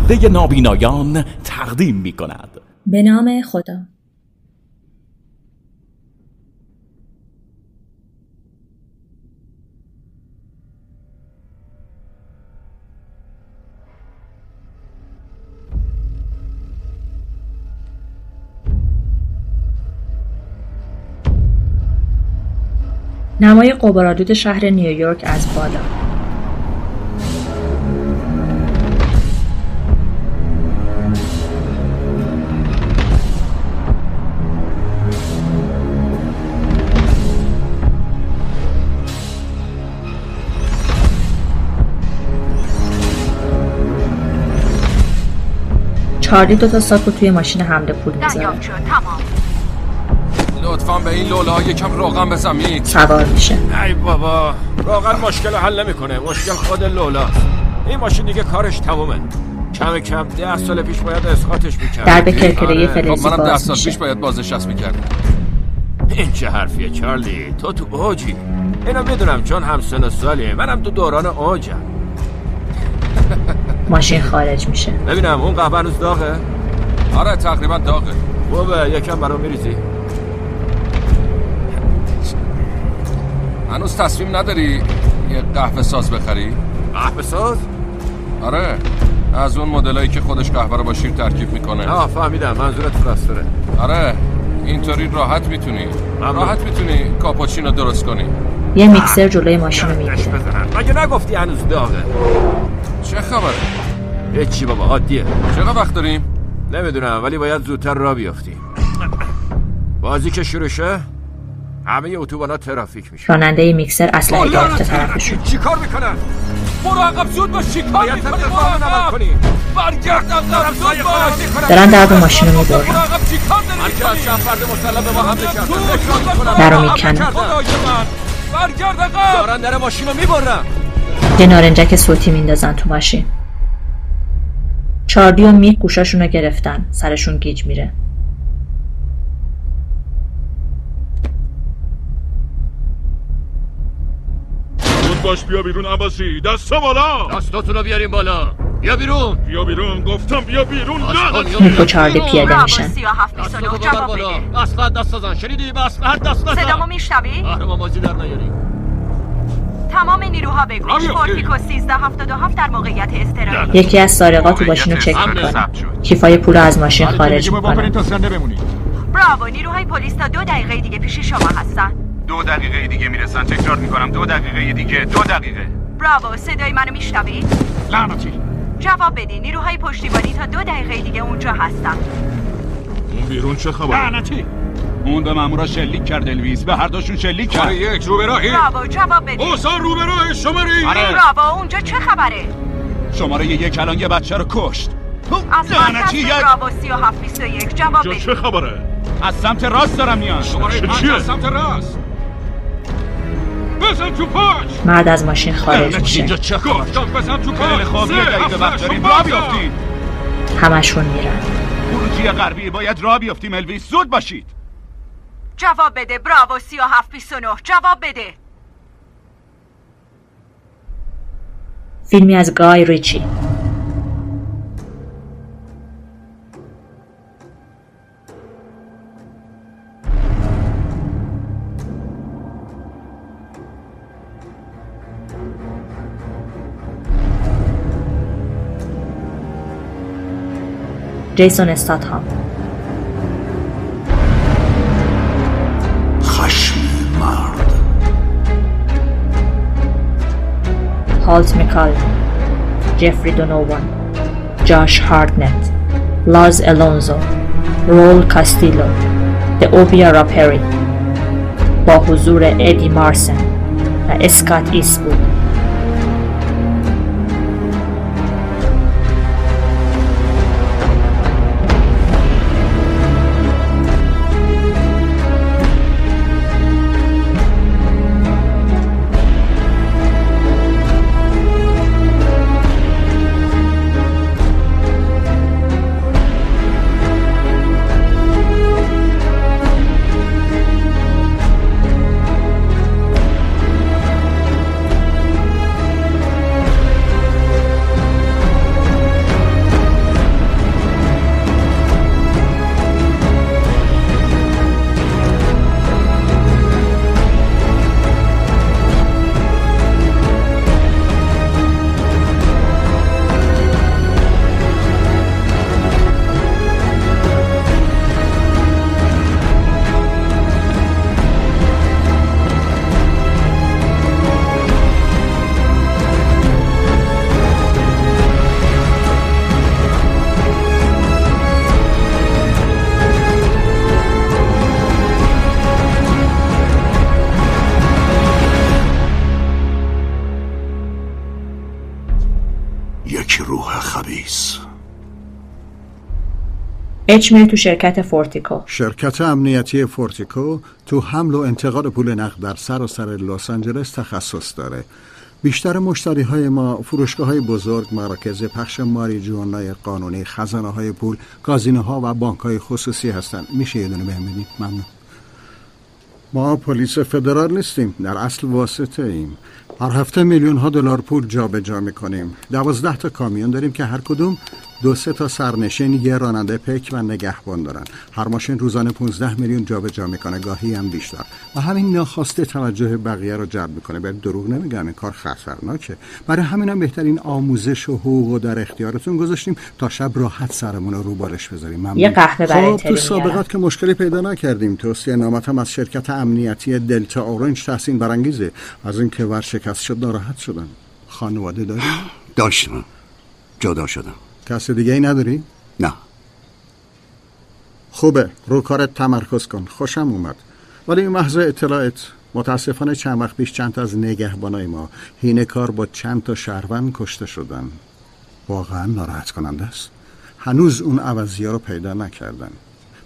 جاده نابینایان تقدیم می کند به نام خدا نمای قبارالود شهر نیویورک از بالا چارلی دوتا ساک رو توی ماشین حمل پول میذاره دریافت شد تمام لطفا به این لوله ها یکم روغن بزن یک سوار میشه ای بابا واقعا مشکل رو حل نمیکنه مشکل خود لولا این ماشین دیگه کارش تمومه کم کم ده سال پیش باید اسقاطش آره. میکرد در به کرکره خب فلزی منم ده باز سال پیش میشه باید بازنشست میکردم این چه حرفیه چارلی تو تو اوجی اینو میدونم چون همسن و سالیه منم تو دوران اوجم ماشین خارج میشه ببینم اون قهوه هنوز داغه آره تقریبا داغه بابا یکم برام میریزی هنوز تصمیم نداری یه قهوه ساز بخری قهوه ساز آره از اون مدلایی که خودش قهوه رو با شیر ترکیب میکنه آه فهمیدم منظورت فراستوره آره اینطوری راحت میتونی ممنون. راحت میتونی کاپوچینو درست کنی یه میکسر جلوی ماشین رو میگیره بزنن مگه نگفتی هنوز داغه چه خبره هیچی بابا عادیه چقدر وقت داریم نمیدونم ولی باید زودتر را بیافتی بازی که شروع شه همه اتوبانا ترافیک میشه راننده میکسر اصلا گرفته طرفشون چی کار میکنن؟ برو عقب زود باش چیکار باید میکنی تبدیل فاهم نمک کنی برگرد عقب زود باش دارن در ماشین رو میبرن عقب چیکار داری من که از چند فرد مسلح به ما حمله کردن نکران میکنم در رو میکنن برگرد عقب دارن در ماشین رو میبرن یه نارنجک صوتی میندازن تو ماشین چارلی و میک گوشاشون رو گرفتن سرشون گیج میره زود باش بیا بیرون عباسی دست بالا دستاتون رو بیاریم بالا یا بیرون بیا بیرون گفتم بیا بیرون نه میک و چارلی پیاده میشن عباسی و هفت آره. بیست و نه جواب بده اسفحت دست نزن شنیدی به اسفحت دست صدامو میشنوی قهرمان بازی در نیاری تمام نیروها به آره، گوش رادیو، فورتیکو 1377 در موقعیت اضطراری یکی از سارقا تو ماشین رو چک میکنه کیفای پول رو از ماشین خارج میکنه تا زنده بمونی براوو نیروهای پلیس تا دو دقیقه دیگه پیش شما هستن دو دقیقه دیگه میرسن تکرار میکنم دو دقیقه دیگه دو دقیقه براوو صدای منو میشنوی لعنتی جواب بدی نیروهای پشتیبانی تا دو دقیقه دیگه اونجا هستن اون بیرون چه خب، آره. خبره لعنتی اون به مامورا شلیک کرد الویز به هر دوشون شلیک آره کرد یک رو براهی براوو جواب بدی اوسا روبروی شماری آره براوو اونجا چه خبره شماره یک الان یه بچه رو کشت خب، از لعنتی مرکز یک براوو 3721 جواب جا بدی چه خبره از سمت راست دارم میان شماره چه پنج چیه؟ از سمت راست بزن تو پاش مرد از ماشین خارج لعنتی میشه اینجا چه خبر گفتم بزن تو خیلی پاش خواب یه دقیقه وقت داریم را بیافتید همشون میرن خروجی غربی باید را بیافتیم الویز زود باشید جواب بده براوو 3729 جواب بده فیلمی از گای ریچی جیسون استاتهام خشم مرد هالت میکال جفری دونوون جاش هارتنت لاز الونزو رول کاستیلو د اوبیا راپری با حضور ادی مارسن و اسکات ایس بود روح خبیس اچ میره تو شرکت فورتیکو شرکت امنیتی فورتیکو تو حمل و انتقال پول نقد در سراسر لس آنجلس تخصص داره بیشتر مشتری های ما فروشگاه های بزرگ مراکز پخش ماری جوانای قانونی خزانه های پول کازینوها و بانک های خصوصی هستن میشه یه دونه بهم بدید ممنون ما پلیس فدرال نیستیم در اصل واسطه ایم هر هفته میلیون ها دلار پول جابجا میکنیم دوازده تا کامیون داریم که هر کدوم دو سه تا سرنشین یه راننده پک و نگهبان دارن هر ماشین روزانه 15 میلیون جابجا میکنه گاهی هم بیشتر و همین ناخواسته توجه بقیه رو جلب میکنه به دروغ نمیگم این کار خطرناکه برای همین هم بهترین آموزش و حقوق رو در اختیارتون گذاشتیم تا شب راحت سرمون رو روبارش بذاریم ممنون. یه قهوه برای خب، تو تری میارم. سابقات که مشکلی پیدا نکردیم توصیه نامت هم از شرکت امنیتی دلتا اورنج تحسین برانگیزه از اینکه ورشکست شد ناراحت شدن خانواده داری داشتم جدا شدم کس دیگه ای نداری نه خوبه رو کارت تمرکز کن خوشم اومد ولی این محض اطلاعت متاسفانه چند وقت پیش چند تا از نگهبانای ما هینه کار با چند تا شهروند کشته شدن واقعا ناراحت کننده است هنوز اون عوضی رو پیدا نکردن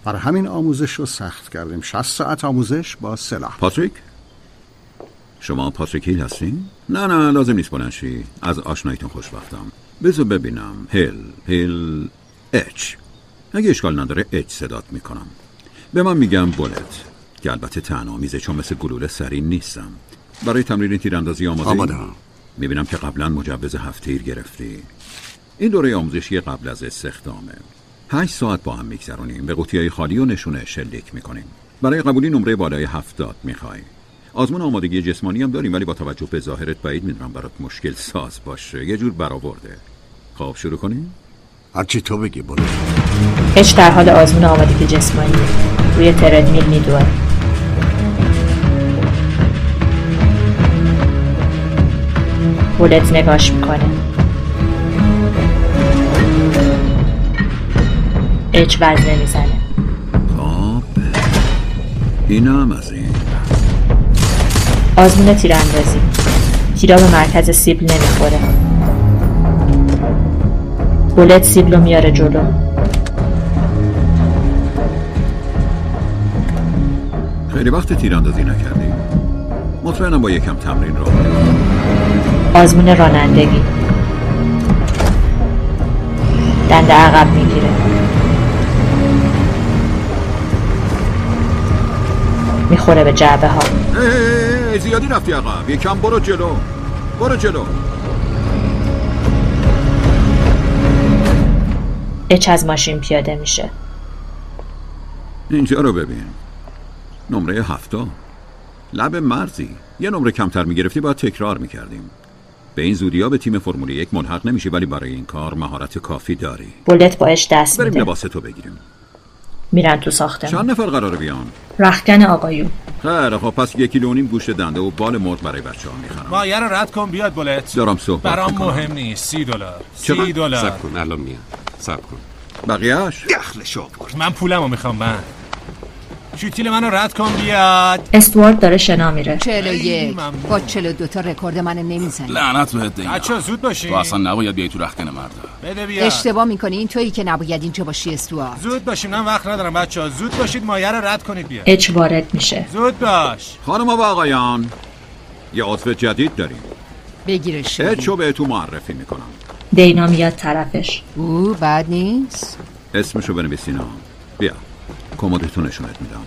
برای همین آموزش رو سخت کردیم 60 ساعت آموزش با سلاح پاتریک شما پاتریک هیل هستین؟ نه نه لازم نیست بلند شی از آشناییتون خوشبختم بذار ببینم هیل هیل اچ اگه اشکال نداره اچ صدات میکنم به من میگم بولت که البته تنامیزه چون مثل گلوله سری نیستم برای تمرین تیراندازی آماده آمادم. میبینم که قبلا مجوز هفت تیر گرفتی این دوره آموزشی قبل از استخدامه هشت ساعت با هم میگذرونیم به قوطیهای خالی و نشونه شلیک میکنیم برای قبولی نمره بالای هفتاد میخوای آزمون آمادگی جسمانی هم داریم ولی با توجه به ظاهرت بعید میدونم برات مشکل ساز باشه یه جور برآورده خب شروع کنیم هرچی تو بگی بلوت اچ در حال آزمون آمادگی جسمانی روی تردمیل میدوه بولت نگاش میکنه اچ وزنه میزنه خب اینم از این آزمون تیراندازی تیرا به مرکز سیبل نمیخوره بولت سیبل رو میاره جلو خیلی وقت تیراندازی نکردیم مطمئنم با یکم تمرین راه بریم. آزمون رانندگی دنده عقب میگیره میخوره به جعبه ها ای، ای، ای، زیادی رفتی عقب یکم برو جلو برو جلو اچ از ماشین پیاده میشه اینجا رو ببین نمره هفتا لب مرزی یه نمره کمتر میگرفتی باید تکرار میکردیم به این زودیا به تیم فرمول یک ملحق نمیشی ولی برای این کار مهارت کافی داری بولت با اچ دست بریم میده لباس تو بگیریم میرن تو ساختمون چند نفر قراره بیان رختکن آقایون خیلی خب پس یکی لونیم گوشت دنده و بال مرد برای بچه ها میخرم مایه رو رد کن بیاد بولت دارم خب، صحبت برام می‌کنم. مهم نیست سی دلار چقدر؟ سی دلار کن الان میاد سب کن بقیهش دخلش آورد من پولمو میخوام من شوتیل منو رد کن بیاد استوارد داره شنا میره چلو ای، یک ممنون. با چلو دوتا رکورد من نمیزنی لعنت بهت دیگه بچه زود تو باشین اصلا نباید بیای تو رختکن مردا بده بیاد اشتباه میکنی این تویی که نباید اینجا باشی استوار زود باشین من وقت ندارم بچه ها زود باشید مایه رو رد کنید بیاد اچ وارد میشه زود باش خانم و آقایان یه عضو جدید داریم بگیرش اچو بهتون معرفی میکنم دینا میاد طرفش او بد نیست اسمشو بنویسینا بیا کمدتو نشونت میدم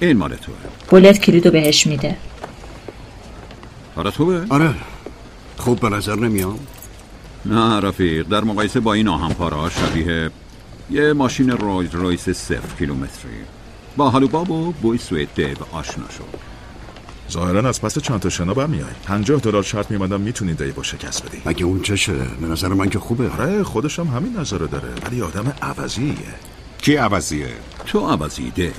این مال توه بولت کلیدو بهش میده حالا توه؟ آره خوب به نظر نمیام نه رفیق در مقایسه با این آهنپارا شبیه یه ماشین رویز رویس صفر کیلومتری با هلوباب و بوی سوئد دیو آشنا شد ظاهرا از پس چند تا شنا برمیای 50 دلار شرط میمدم میتونی دیبا شکست بدی مگه اون چشه به نظر من که خوبه آره خودش هم همین نظر رو داره ولی آدم عوضیه کی عوضیه تو عوضی دیو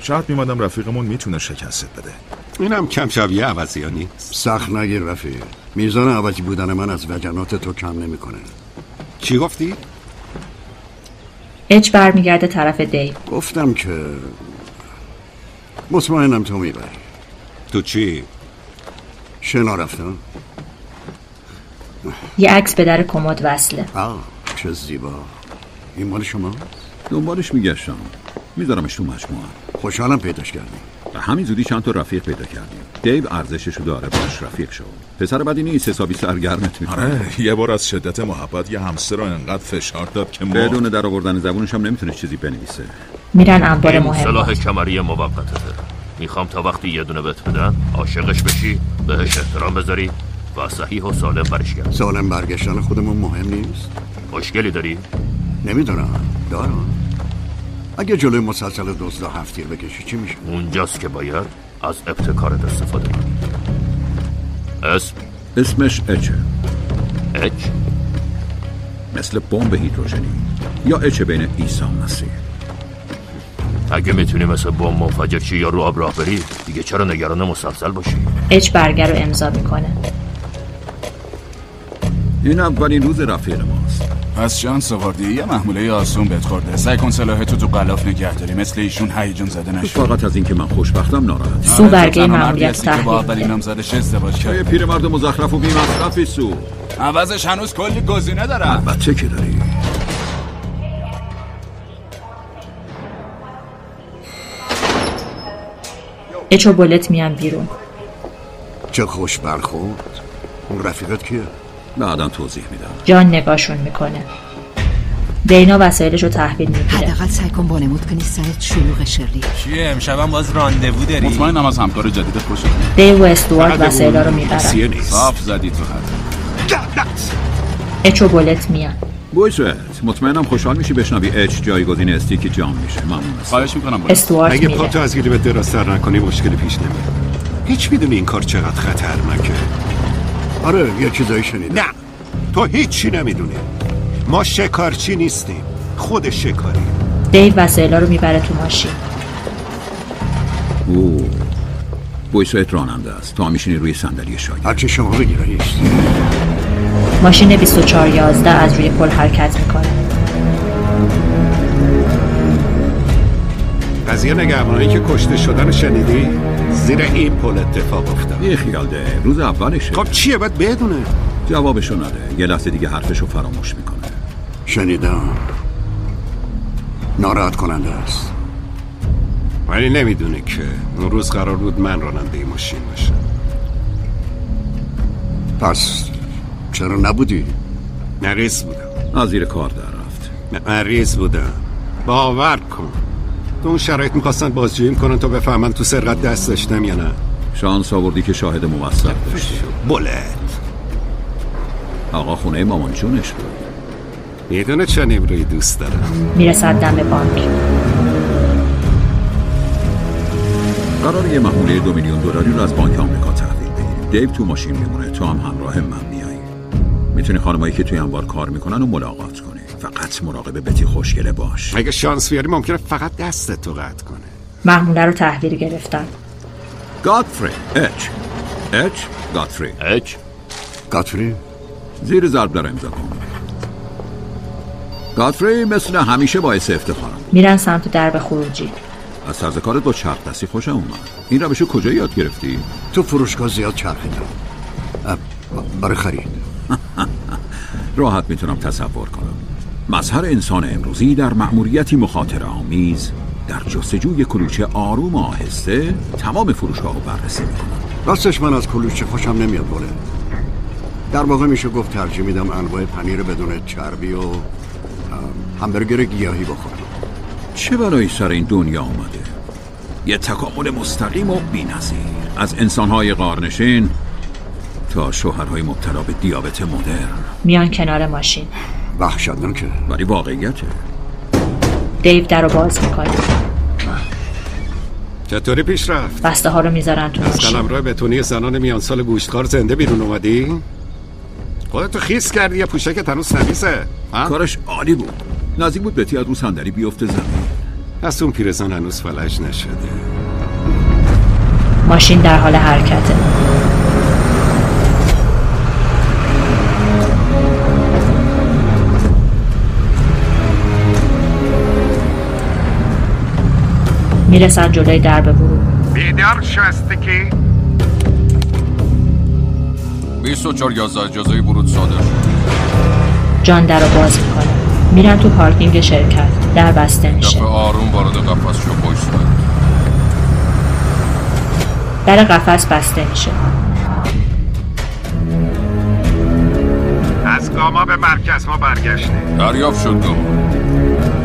شرط میمدم رفیقمون میتونه شکستت بده اینم کم شبیه عوضی ها نیست سخت نگیر رفیق میزان عوضی بودن من از وجنات تو کم نمیکنه چی گفتی؟ اچ برمیگرده طرف دیو گفتم که مطمئنم تو میبری تو چی؟ شنا رفتم یه عکس به در کمد وصله آه چه زیبا این مال شما دنبالش میگشتم میذارمش تو مجموعه خوشحالم پیداش کردی و همین زودی چند تا رفیق پیدا یعنی؟ کردیم دیو ارزششو داره باش رفیق شو پسر بدی نیست حسابی سرگرمت میکنه آره یه بار از شدت محبت یه همسر رو انقدر فشار داد که ما بدون در آوردن زبونش هم نمیتونه چیزی بنویسه میرن انبار این مهم سلاح کمری موقتته میخوام تا وقتی یه دونه بهت بدن عاشقش بشی بهش احترام بذاری و صحیح و سالم برش گرد سالم برگشتن خودمون مهم نیست مشکلی داری؟ نمیدونم دارم اگه جلوی مسلسل دزدا هفتیر بکشی چی میشه اونجاست که باید از ابتکارت استفاده کنی اسم اسمش اچه اچ مثل بمب هیدروژنی یا اچه بین عیسی مسیح اگه میتونی مثل بم منفجر شی یا رو آب راه بری دیگه چرا نگران مسلسل باشی اچ برگر رو امضا میکنه این اولین روز رفیق ماست پس جان سواردی یه محموله آسون بهت خورده سعی کن سلاحتو تو قلاف نگه داری مثل ایشون هیجان زده تو نشی فقط از اینکه من خوشبختم ناراحت آره، نیست. تو تنها مردی هستی که با اولین نامزدش ازدواج یه کرد پیرمرد مزخرف و بی‌مصرفی سو عوضش هنوز کلی گزینه دارم البته که داری اچ و بولت میان بیرون چه خوش برخورد اون رفیقت کیه بعدا توضیح میدم جان نگاهشون میکنه دینا وسایلش رو تحویل میگیره حداقل سعی کن وانمود کنی سرت شلوغ شرلی چیه امشبم باز راندوو داری مطمئنم از همکار جدید خوشت میاد. دیو و استوارت فقط به وسایلا رو اون میبرن روسیه نیست. صاف زدی تو خط اچ و بولت میان بویست مطمئنم خوشحال میشی بشنوی اچ جایگزین استیک جام میشه ممنون است خواهش میکنم استوارت اگه پاتو میره از گریبت درازتر نکنی مشکلی پیش نمیاد هیچ میدونی این کار چقدر خطرناکه آره یه چیزایی شنیدم نه تو هیچی نمیدونی ما شکارچی نیستیم خود شکاری دیو وسایلا رو میبره تو ماشین او بویست راننده است تا میشینی روی صندلی شاگرد هرچی شما بگی رئیس ماشین 2411 از روی پل حرکت میکنه قضیه نگهبانایی که کشته شدن رو شنیدی زیر این پل اتفاق افتاد یه خیال ده روز اولشه خب چیه باید بدونه جوابشو نده یه لحظه دیگه حرفشو فراموش میکنه شنیدم ناراحت کننده است ولی نمیدونه که اون روز قرار بود من راننده این ماشین باشم پس چرا نبودی مریض بودم از زیر کار در رفت مریض بودم باور کن تو اون شرایط میخواستن بازجوییم کنن تا بفهمن تو سرقت دست داشتم یا نه شانس آوردی که شاهد موثق داشتی بلد آقا خونه مامان جونش بود میدونه چه نمره دوست دارم میرسد دم بانک قرار یه محموله دو میلیون دلاری رو از بانک آمریکا تحویل بگیریم دیو تو ماشین میمونه تو هم همراه من میای میتونی خانمایی که توی انبار کار میکنن و ملاقات کنی فقط مراقب بتی خوشگله باش اگه شانس بیاری ممکنه فقط دست تو قطع کنه محموله رو تحویل گرفتن گادفری اچ اچ گادفری اچ گاتفری زیر ضرب در امضا کن گادفری مثل همیشه باعث افتخارم میرن سمت درب خروجی از طرز کارت با چرخ دستی خوشم اومد این روشو کجا یاد گرفتی تو فروشگاه زیاد چرخیدم اه، برای خرید راحت میتونم تصور کنم مظهر انسان امروزی در مأموریتی مخاطره آمیز در جستجوی کلوچه آروم و آهسته تمام فروشگاه رو بررسی میکنم راستش من از کلوچه خوشم نمیاد بله در واقع میشه گفت ترجیح میدم انواع پنیر بدون چربی و ام، همبرگر گیاهی بخورم چه بلایی سر این دنیا آمده یه تکامل مستقیم و بی‌نظیر از انسانهای قارنشین تا شوهرهای مبتلا به دیابت مدرن میان کنار ماشین وحشتناکه ولی واقعیته دیو در رو باز میکنه چطوری پیش رفت بسته ها رو میذارن تو از ماشین قلمرو بتونی زنان میان سال گوشتکار زنده بیرون اومدی خودتو خیس کردی یا پوشکت هنوز سمیسه کارش عالی بود نزدیک بود بتی از رو صندلی بیفته زمین از اون پیرزن هنوز فلج نشده ماشین در حال حرکته میرسن جلوی درب ورود بیدار شو استکی 24 11 جزای ورود صادر شد جان در رو باز میکنه میرن تو پارکینگ شرکت در بسته میشه دفعه آروم وارد قفس شو پشت صورت. در قفس بسته میشه از گاما به مرکز ما برگشته دریافت شد دوم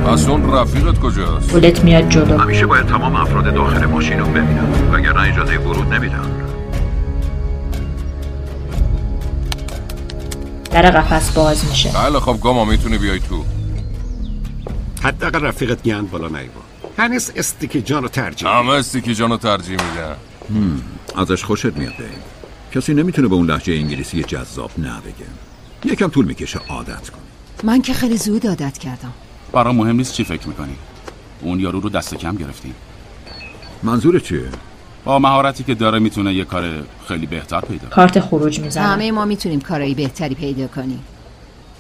پس اون رفیقت کجاست بولت میاد جلو همیشه باید تمام افراد داخل ماشین رو ببینم وگرنه اجازه ورود نمیدم در قفس باز میشه بله خب گاما میتونی بیای تو حداقل رفیقت گند بالا نیبا هنوز استیکی جان رو ترجیح همه استیکی جانو ترجیح میدن هم، ازش خوشت میاد دیو. کسی نمیتونه به اون لحجه انگلیسی جذاب نه بگه یکم طول میکشه عادت کن من که خیلی زود عادت کردم برام مهم نیست چی فکر میکنی اون یارو رو دست کم گرفتیم منظور چیه با مهارتی که داره میتونه یه کار خیلی بهتر پیدا کنه کارت خروج میزنه همه ما میتونیم کارایی بهتری پیدا کنیم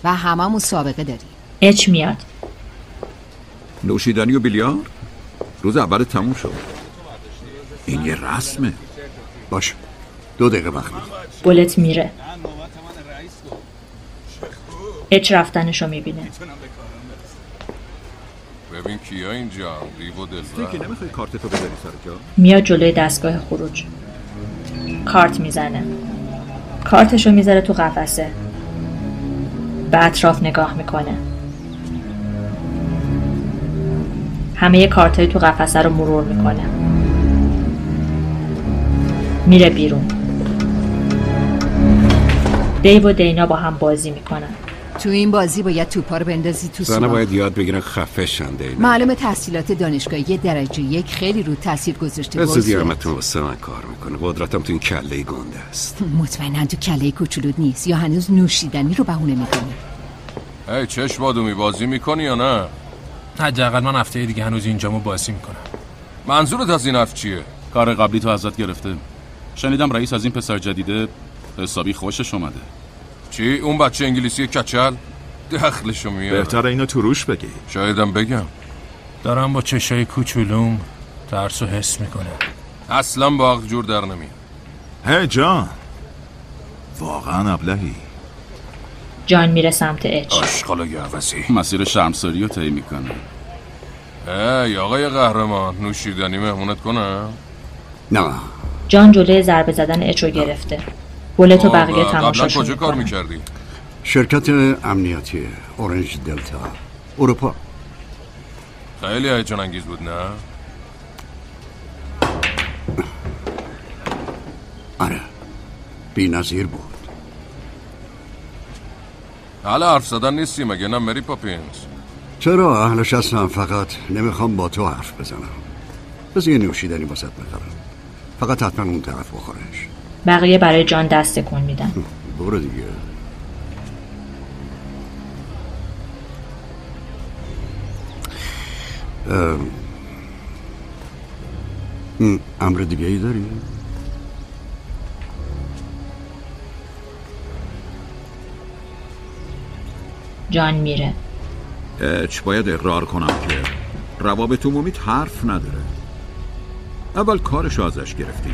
و هممون سابقه داریم اچ میاد نوشیدنی و بیلیارد روز اول تموم شد این یه رسمه باش دو دقیقه وقت می‌خوام. بولت میره اچ رفتنشو میبینه ببین کیا اینجا ریو و که دلبر نمیخوای کارتتو بذاری سر جا میاد جلوی دستگاه خروج کارت میزنه کارتشو میذاره تو قفسه به اطراف نگاه میکنه همه کارتای تو قفسه رو مرور میکنه میره بیرون دیو و دینا با هم بازی میکنن تو این بازی باید توپا رو بندازی تو زنه سوراخ باید یاد بگیرن خفه شنده اینا معلم تحصیلات دانشگاهی درجه یک خیلی رو تاثیر گذاشته به زودی بازی همتون واسه من کار میکنه قدرتم تو این کله گنده است مطمئنا تو کله کوچولو نیست یا هنوز نوشیدنی رو بهونه میکنی ای چشم بادومی بازی میکنی یا نه حداقل من هفته دیگه هنوز اینجامو بازی میکنم منظورت از این حرف چیه کار قبلی تو ازت گرفته شنیدم رئیس از این پسر جدیده حسابی خوشش اومده چی اون بچه انگلیسی کچل دخلشو میاره بهتر اینو تو روش بگی شایدم بگم دارم با چشای کوچولوم ترس و حس میکنم اصلا با عقل جور در نمیاد هی جان واقعا ابلهی جان میره سمت اچ آشقالا گهوزی مسیر شرمساری رو طی میکنه ای آقای قهرمان نوشیدنی مهمونت کنم نه جان جلوی ضربه زدن اچ رو گرفته بولت و آه، بقیه قبلا تماشاشون کجا کار میکنن میکردی؟ شرکت امنیتی اورنج دلتا اروپا خیلی هیجان انگیز بود نه؟ آره بی نظیر بود حالا حرف زدن نیستی مگه نه مری پاپینز چرا اهلش هستم فقط نمیخوام با تو حرف بزنم بذار یه نوشیدنی واسط بخرم فقط حتما اون طرف بخورش بقیه برای جان دست کن میدن برو دیگه ام. ام، امر دیگه ای داری؟ جان میره اچ باید اقرار کنم که روابط عمومیت حرف نداره اول کارشو ازش گرفتی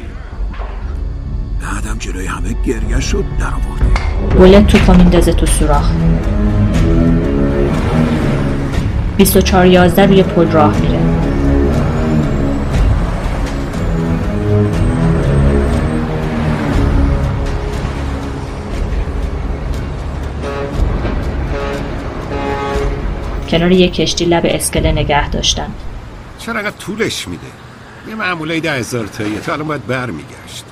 بعدم جلوی همه گریه شد در آوردی بولت توپو میندازه تو سوراخ 24 11 روی پل راه میره کنار یک کشتی لب اسکله نگه داشتن چرا انقدر طولش میده یه معموله ده هزار تاییه تا الان باید برمیگشت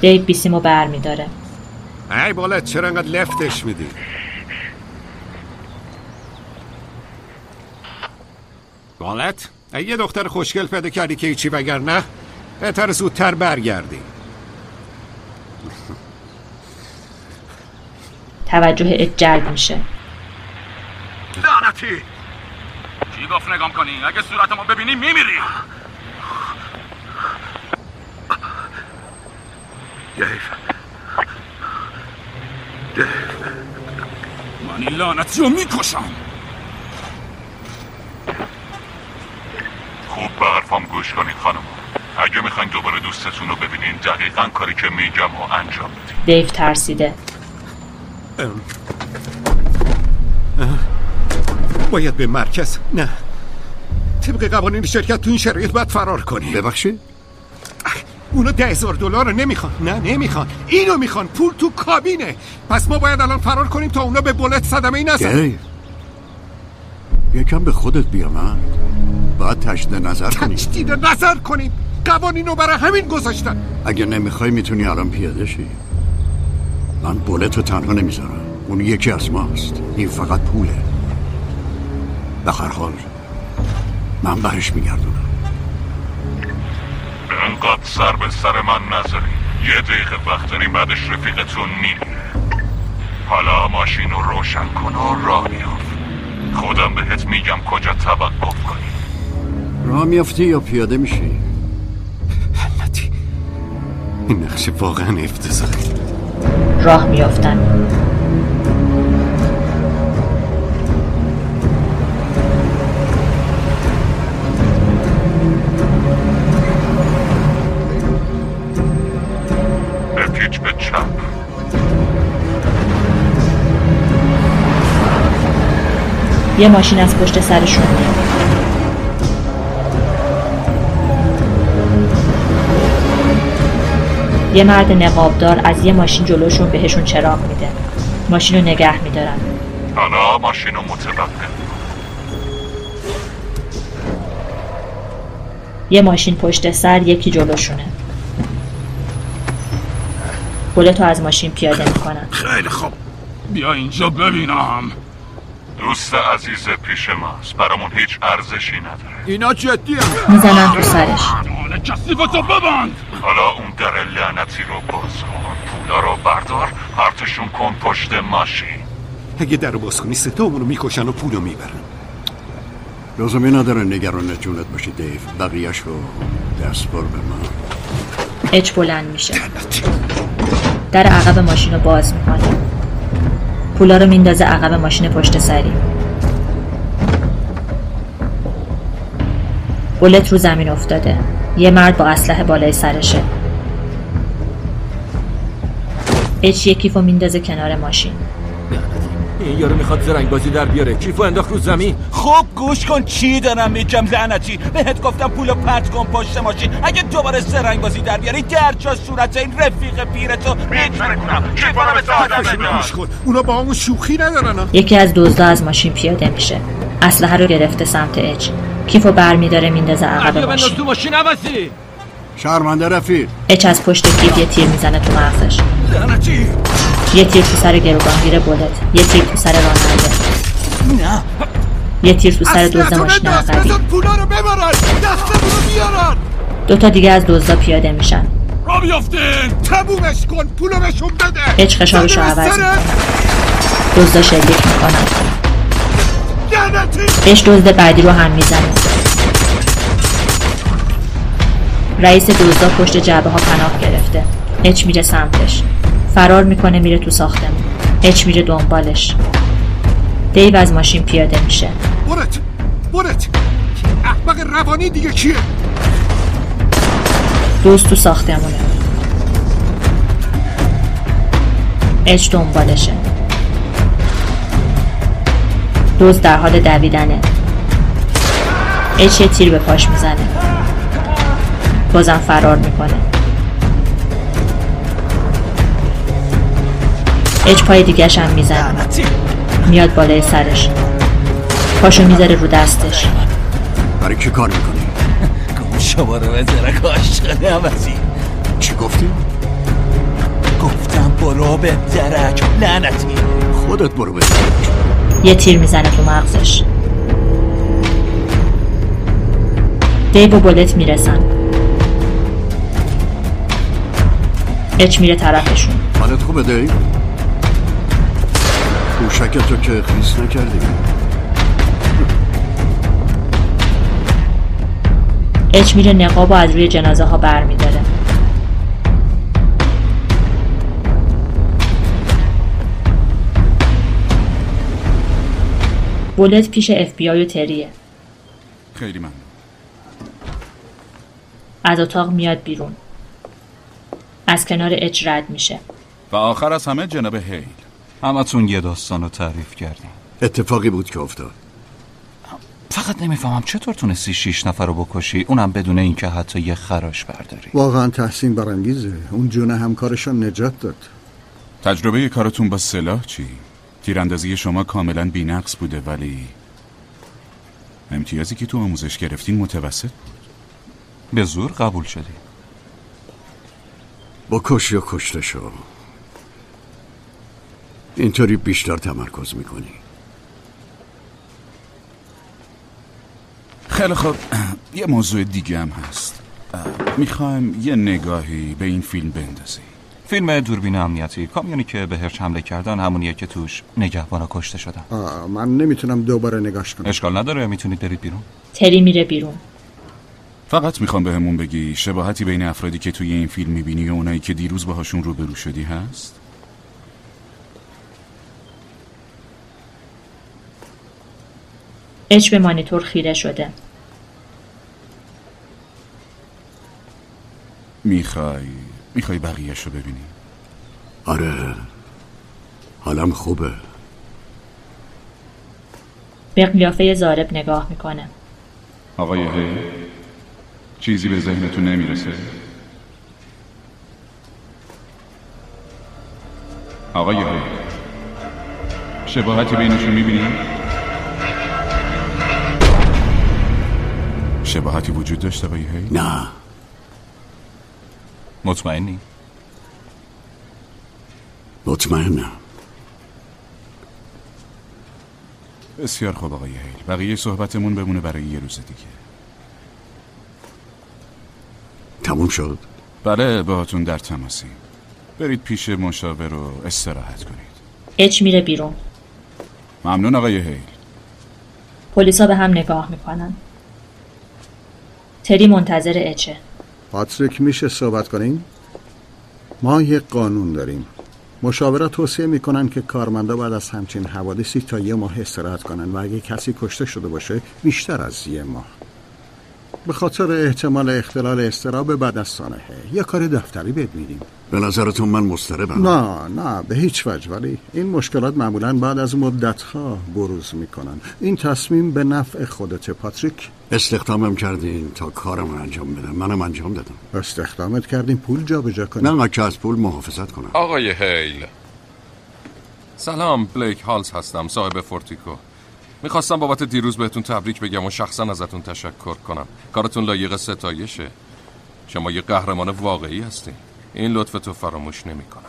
دیو بیسیمو بر میداره ای بالت چرا انقدر لفتش میدی بالت ای یه دختر خوشگل پیدا کردی که هیچی وگر نه بهتر زودتر برگردی توجه اج جلب میشه لعنتی چی گفت نگام کنی اگه صورتمو ببینی میمیری دیو من این لعنتی رو میکشم خوب به حرفام گوش کنید خانم اگه میخواین دوباره دوستتون رو ببینین دقیقا کاری که میگم و انجام بدین دیو ترسیده ام. اه. باید به مرکز نه طبق قوانین شرکت تو این شرایط باید فرار کنی ببخشید اونا ده هزار دلار رو نمیخوان نه نمیخوان اینو میخوان پول تو کابینه پس ما باید الان فرار کنیم تا اونا به بولت صدمه ای نزن دیو یکم به خودت بیا من باید تجدید نظر کنی دیده نظر کنیم قوانین رو برای همین گذاشتن اگه نمیخوای میتونی الان پیاده شی من بولت رو تنها نمیذارم اون یکی از ماست این فقط پوله به هر حال من برش میگردونم انقدر سر به سر من نذارین یه دقیقه وقت دارین بعدش رفیقتون میره حالا ماشین رو روشن کن و راه بیافت خودم بهت میگم کجا توقف کنی راه میافتی یا پیاده میشی این نقشه واقعا افتضاحی راه میافتن بپیچ به چپ یه ماشین از پشت سرشون میاد یه مرد نقابدار از یه ماشین جلوشون بهشون چراغ میده ماشین رو نگه میدارن حالا ماشین رو متوقف یه ماشین پشت سر یکی جلوشونه بولتو از ماشین پیاده میکنن خیلی خوب بیا اینجا ببینم دوست عزیز پیش ماست برامون هیچ ارزشی نداره اینا جدی میزنن تو سرش آره، کسیفتو ببند حالا اون در لعنتی رو باز کن پولا رو بردار پرتشون کن پشت ماشین اگه در رو باز کنی ستامونو میکشن و پولو میبرن لازمی نداره نگران جونت باشی دیو بقیهش رو دست بر به من اچ بلند میشه در عقب ماشین رو باز میکنه پولا رو میندازه عقب ماشین پشت سری بولت رو زمین افتاده یه مرد با اسلحه بالای سرشه اچ یه کیف رو میندازه کنار ماشین این یارو میخواد زرنگ بازی در بیاره کیفو انداخت رو زمین خب گوش کن چی دارم میگم لعنتی بهت گفتم پولو پرت کن پشت ماشین اگه دوباره سرنگ بازی در بیاری در جا صورت این رفیق پیرتو میتونه کنم کیفارم به بشه، گوش کن. اونا با همون شوخی ندارن ها یکی از دزدا از ماشین پیاده میشه اسلحه رو گرفته سمت اچ کیفو برمیداره میندازه عقب بیا بنداز ماشین تو ماشین عوضی شرمنده رفیق اچ از پشت کیف یه تیر میزنه تو مغزش لعنتی یه تیر تو سر گروگانگیر بولت یه تیر تو سر راننده نه یه تیر تو سر دزد اسلحتو ماشین ننداز عقبی بذار پولا رو ببرن دستمون رو بیارن دو تا دیگه از دزدا پیاده میشن را بیافتین تمومش کن پولو بهشون بده هیچ خشابش رو زده به عوض سرت. دزدا شلیک میکنن لعنتی بهش دزد بعدی رو هم میزنه رئیس دزدا پشت جعبه ها پناه گرفته اچ میره سمتش فرار میکنه میره تو ساختمون اچ میره دنبالش دیو از ماشین پیاده میشه برت برت احمق روانی دیگه کیه دوست تو ساختمونه اچ دنبالشه دوست در حال دویدنه اچ یه تیر به پاش میزنه بازم فرار میکنه اچ پای دیگهش هم میزنه میاد بالای سرش پاشو میذاره رو دستش برای کی کار میکنی گم شما رو بذاره عاشق نوزی چی گفتی گفتم برو به درک لعنتی خودت برو بده یه تیر میزنه تو مغزش دیو و بولت میرسن اچ میره طرفشون حالت خوبه دیو پوشکت رو که خیس نکردی اچ میره نقاب و از روی جنازه ها بر میداره بولت پیش اف بی آی و تریه خیلی ممنون از اتاق میاد بیرون از کنار اچ رد میشه و آخر از همه جناب هیل همتون یه داستان رو تعریف کردیم اتفاقی بود که افتاد فقط نمیفهمم چطور تونستی شیش نفر رو بکشی اونم بدون اینکه حتی یه خراش برداری واقعا تحسین برانگیزه اون جون همکارشان نجات داد تجربه کارتون با سلاح چی؟ تیراندازی شما کاملا بینقص بوده ولی امتیازی که تو آموزش گرفتین متوسط بود به زور قبول شدی با کش یا کشته شو اینطوری بیشتر تمرکز میکنی خیلی خوب یه موضوع دیگه هم هست میخوایم یه نگاهی به این فیلم بندازیم فیلم دوربین امنیتی کامیونی که بهش حمله کردن همونیه که توش نگهبانا کشته شدن آه، من نمیتونم دوباره نگاش کنم اشکال نداره میتونید برید بیرون تری میره بیرون فقط میخوام بهمون بگی شباهتی بین افرادی که توی این فیلم میبینی و اونایی که دیروز باهاشون روبرو شدی هست اچ به مانیتور خیره شده میخوای میخوای بقیهش رو ببینی آره حالم خوبه به قیافه زارب نگاه میکنه آقای هی چیزی به ذهنتون نمیرسه آقای هی شباهتی بینشون میبینی؟ شباهتی وجود داشت آقای هی؟ نه مطمئنی؟ مطمئنم بسیار خوب آقای هیل بقیه صحبتمون بمونه برای یه روز دیگه تموم شد بله باهاتون در تماسیم برید پیش مشاور و استراحت کنید اچ میره بیرون ممنون آقای هیل پلیسا به هم نگاه میکنن تری منتظر اچه پاتریک میشه صحبت کنیم؟ ما یه قانون داریم مشاورا توصیه میکنن که کارمندا بعد از همچین حوادثی تا یه ماه استراحت کنن و اگه کسی کشته شده باشه بیشتر از یه ماه به خاطر احتمال اختلال استراب بعد از سانحه یه کار دفتری بهت میدیم به نظرتون من مضطربم نه نه به هیچ وجه ولی این مشکلات معمولا بعد از مدتها بروز میکنن این تصمیم به نفع خودت پاتریک استخدامم کردین تا کارم رو انجام بدم منم انجام دادم استخدامت کردیم پول جابجا کنیم نه من که از پول محافظت کنم آقای هیل سلام بلیک هالز هستم صاحب فورتیکو میخواستم بابت دیروز بهتون تبریک بگم و شخصا ازتون تشکر کنم کارتون لایق ستایشه شما یه قهرمان واقعی هستین این لطف تو فراموش نمیکنم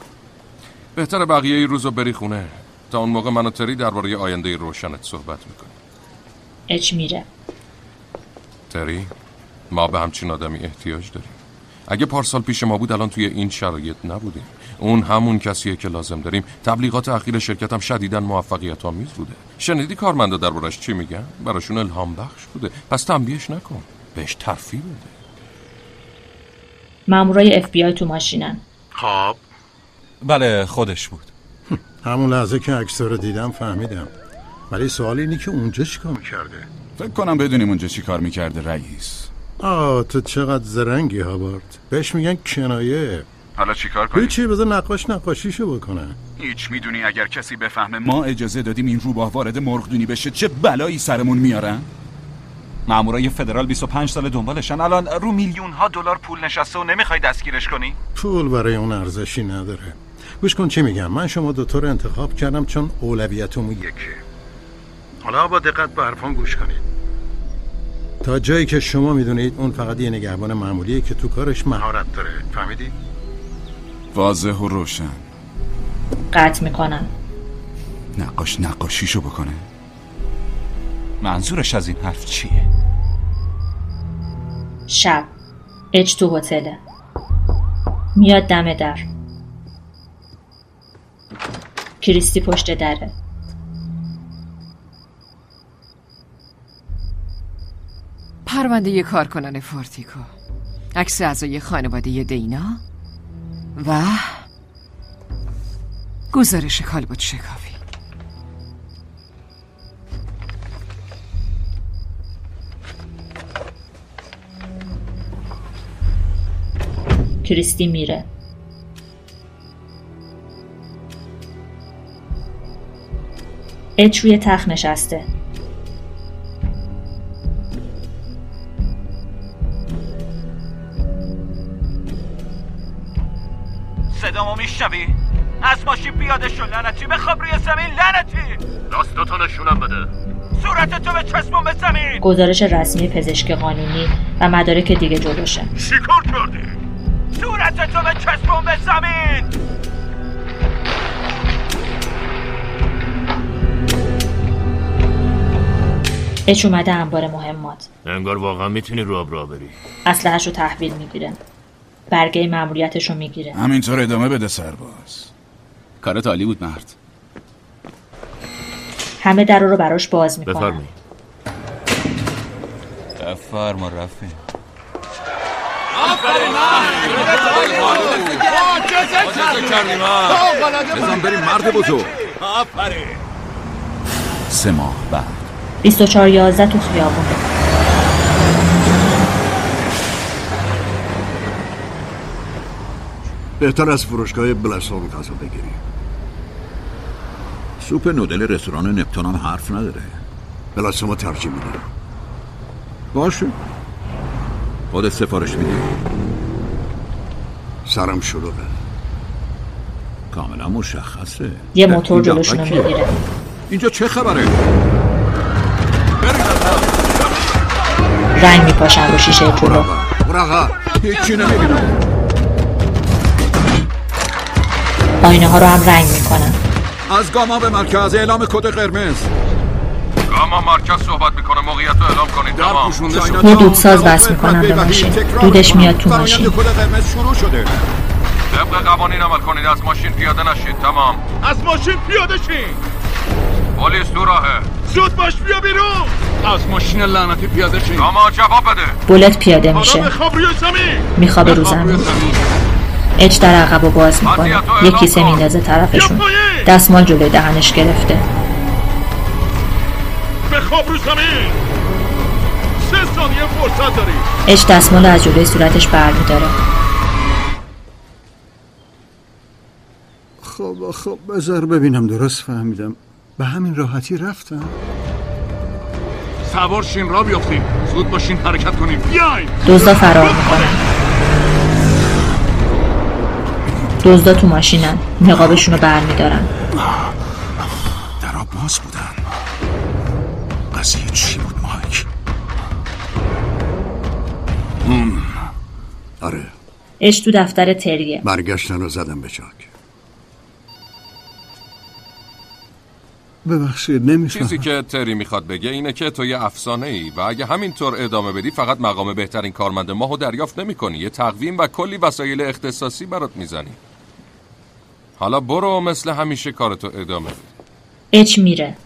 بهتر بقیه ای روز رو بری خونه تا اون موقع من و تری درباره آینده روشنت صحبت میکنیم اچ میره تری ما به همچین آدمی احتیاج داریم اگه پارسال پیش ما بود الان توی این شرایط نبودیم اون همون کسیه که لازم داریم تبلیغات اخیر شرکتم شدیدا موفقیت آمیز بوده شنیدی کارمندا دربارش چی میگن براشون الهام بخش بوده پس تنبیهش نکن بهش ترفی بده مامورای اف بی آی تو ماشینن خب بله خودش بود همون لحظه که عکس رو دیدم فهمیدم ولی سوال اینه که اونجا چیکار میکرده فکر کنم بدونیم اونجا چی کار میکرده رئیس آه تو چقدر زرنگی هاوارد بهش میگن کنایه حالا چیکار کنیم؟ هیچی آره. بذار نقاش نقاشیشو بکنه هیچ میدونی اگر کسی بفهمه ما اجازه دادیم این روباه وارد مرغدونی بشه چه بلایی سرمون میارن؟ مامورای فدرال 25 سال دنبالشن الان رو میلیون ها دلار پول نشسته و نمیخوای دستگیرش کنی پول برای اون ارزشی نداره گوش کن چی میگم من شما دوتا رو انتخاب کردم چون اولویتمون یکه حالا با دقت به حرفان گوش کنید تا جایی که شما میدونید اون فقط یه نگهبان معمولیه که تو کارش مهارت داره فهمیدی؟ واضح و روشن قطع میکنن نقاش نقاشیشو بکنه منظورش از این حرف چیه؟ شب اچ تو هتله میاد دم در کریستی پشت دره پرونده کارکنان فورتیکو عکس اعضای خانواده دینا و گزارش کالبوت شکافی کریستی میره اچ روی تخت نشسته صدامو میشنوی از ماشین پیاده شو لعنتی بخواب روی زمین لعنتی دستاتو نشونم بده صورت تو به چسبون به زمین گزارش رسمی پزشک قانونی و مدارک دیگه جلوشه چیکار کردی صورت تو به چسبون به زمین اچ اومده انبار مهمات انگار واقعا میتونی رو آب را بری اسلحهش رو تحویل میگیره برگه مأموریتش رو میگیره همینطور ادامه بده سرباز کارت عالی بود مرد همه درو رو براش باز میکنن بفرمایید بفرما رفیق بزن بریم مرد بزرگ آفرین سه ماه بعد 24 11 تو خیابون بهتر از فروشگاه بلستون غذا بگیری سوپ نودل رستوران نپتون هم حرف نداره بلستون ما ترجیح میده باشه خودت سفارش میدی سرم شلوغه کاملا مشخصه یه موتور جلوشون رو میگیره اینجا چه خبره رنگ میپاشن رو شیشه جلو براغا هیچی نمیبینم آینه ها رو هم رنگ میکنن از گاما به مرکز اعلام کد قرمز گاما مرکز صحبت میکنه موقعیت رو اعلام کنید تمام یه دودساز وصل میکنن به ماشین دودش میاد تو فرآیند ماشین کد قرمز شروع شده طبق قوانین عمل کنید از ماشین پیاده نشید تمام از ماشین پیاده شین پلیس تو راهه زود باش بیا بیرون از ماشین لعنتی پیاده شید گاما جواب بده بولت پیاده میشه بخواب روی زمین میخوابه رو زمین اچ در عقب رو باز میکنه یه کیسه میندازه طرفشون دستمال جلوی دهنش گرفته بخواب رو زمین سه ثانیه فرصت داری اچ دستمال رو از جلوی صورتش برمیداره خب خب بذار ببینم درست فهمیدم به همین راحتی رفتم سوار شین را بیافتیم زود باشین حرکت کنیم بیاین دزدا فرار میکنن دزدا تو ماشینن نقابشون رو برمیدارن در آب باز بودن قضیه چی بود مایک آره اچ تو دفتر تریه برگشتن رو زدم به چاک ببخشید نمیشه چیزی که تری میخواد بگه اینه که تو یه افسانه ای و اگه همینطور ادامه بدی فقط مقام بهترین کارمند ماهو دریافت نمیکنی یه تقویم و کلی وسایل اختصاصی برات میزنی حالا برو مثل همیشه کارتو ادامه بده اچ میره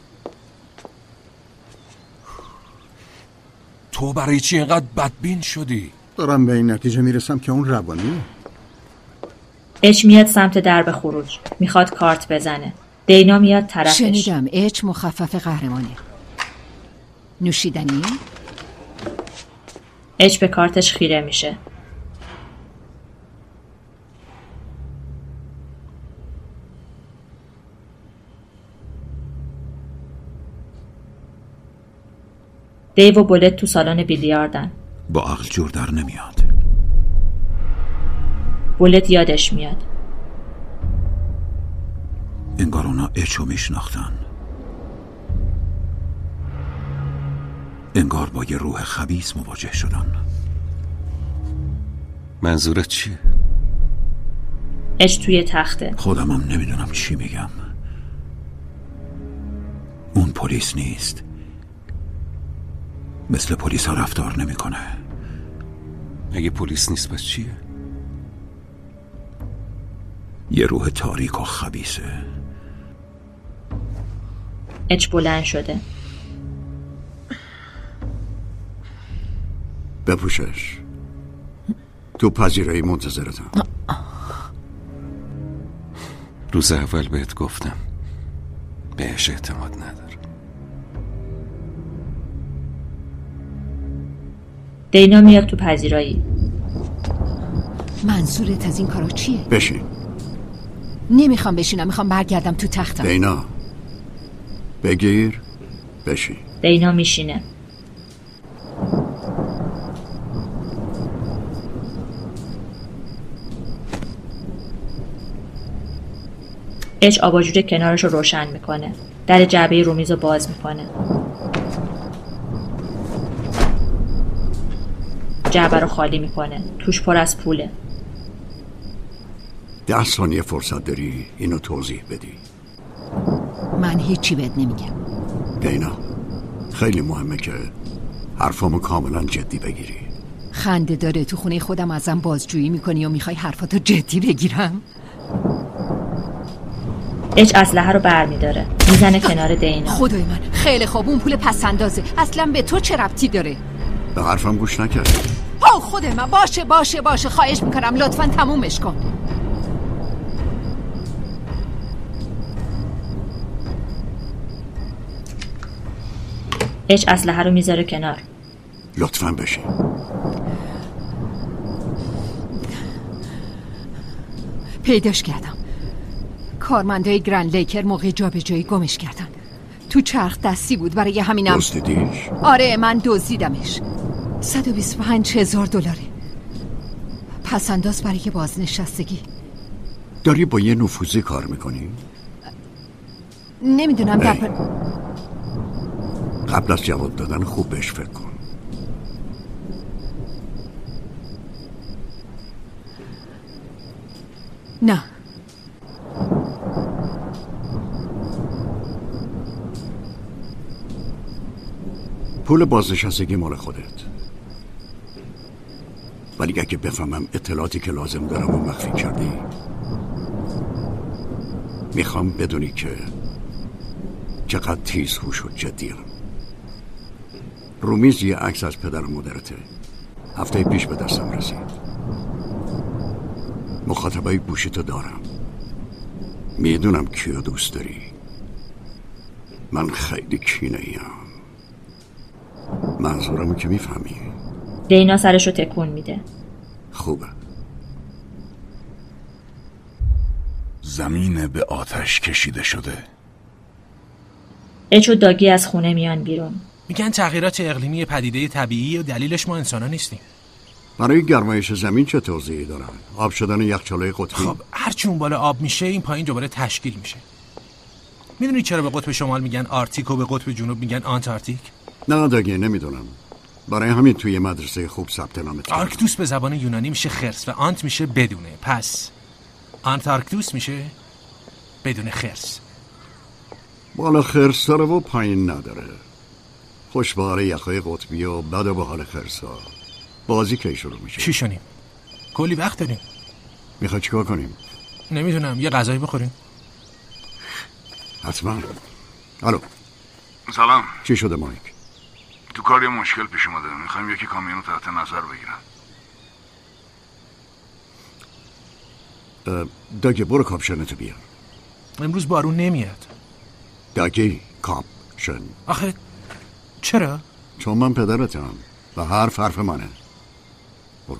تو برای چی اینقدر بدبین شدی دارم به این نتیجه میرسم که اون روانی اچ میاد سمت درب خروج میخواد کارت بزنه دینا میاد طرفش شنیدم اچ مخفف قهرمانه نوشیدنی؟ اچ به کارتش خیره میشه دیو و بولت تو سالن بیلیاردن با عقل جور در نمیاد بولت یادش میاد انگار اونا اچو میشناختن انگار با یه روح خبیس مواجه شدن منظورت چیه؟ اچ توی تخته خودمم نمیدونم چی میگم اون پلیس نیست مثل پلیس ها رفتار نمیکنه اگه پلیس نیست پس چیه یه روح تاریک و خبیسه اچ بلند شده بپوشش تو پذیرایی منتظرتم روز اول بهت گفتم بهش اعتماد ندار دینا میاد تو پذیرایی منظورت از این کارا چیه؟ بشین نمیخوام بشینم میخوام برگردم تو تختم دینا بگیر بشین دینا میشینه اچ آباجور کنارش رو روشن میکنه در جعبه رومیز رو باز میکنه جعبه رو خالی میکنه توش پر از پوله ده ثانیه فرصت داری اینو توضیح بدی من هیچی بهت نمیگم دینا خیلی مهمه که حرفامو کاملا جدی بگیری خنده داره تو خونه خودم ازم بازجویی میکنی و میخوای حرفاتو جدی بگیرم اچ اسلحه رو برمیداره میزنه کنار دینا خدای من خیلی خوب اون پول پسندازه اصلا به تو چه ربطی داره به حرفم گوش نکردی او خود من باشه باشه باشه خواهش میکنم لطفا تمومش کن اچ اسلحه رو میذاره کنار لطفا بشین پیداش کردم کارمندای گرند لیکر موقع جابجایی گمش کردن تو چرخ دستی بود برای همینم دزدیدیش آره من دزدیدمش 125 هزار دلاره پس انداز برای بازنشستگی داری با یه نفوذی کار میکنی نمیدونم در ای. قبل از جواب دادن خوب بهش فکر کن نه پول بازنشستگی مال خودت ولی اگه بفهمم اطلاعاتی که لازم دارم و مخفی کردی میخوام بدونی که چقدر تیز هوش و جدیم رومیز یه عکس از پدر و مادرته هفته پیش به دستم رسید مخاطبای گوشتو دارم میدونم کیو دوست داری من خیلی کینه ایم منظورمو که میفهمی دینا سرش رو تکون میده خوبه زمین به آتش کشیده شده اچ و داگی از خونه میان بیرون میگن تغییرات اقلیمی پدیده طبیعی و دلیلش ما انسانا نیستیم برای گرمایش زمین چه توضیحی دارم آب شدن یخچالای قطبی خب هرچی اون بالا آب میشه این پایین دوباره تشکیل میشه میدونی چرا به قطب شمال میگن آرتیک و به قطب جنوب میگن آنتارکتیک نه داگه نمیدونم برای همین توی مدرسه خوب ثبت نام کردم. آرکتوس به زبان یونانی میشه خرس و آنت میشه بدونه پس آنتارکتوس میشه بدون خرس بالا خرس داره و پایین نداره خوشباره یخهای قطبی و بد و به حال خرسا بازی کی شروع میشه چی شنیم کلی وقت داریم میخوای چیکار کنیم نمیدونم یه غذایی بخوریم حتما الو سلام چی شده مایک تو کار یه مشکل پیش اومده میخوایم یکی کامیون رو تحت نظر بگیرن اه، داگه برو کاپشنتو بیا امروز بارون نمیاد داگه کاپشن آخه چرا چون من پدرتم و حرف حرف منه برو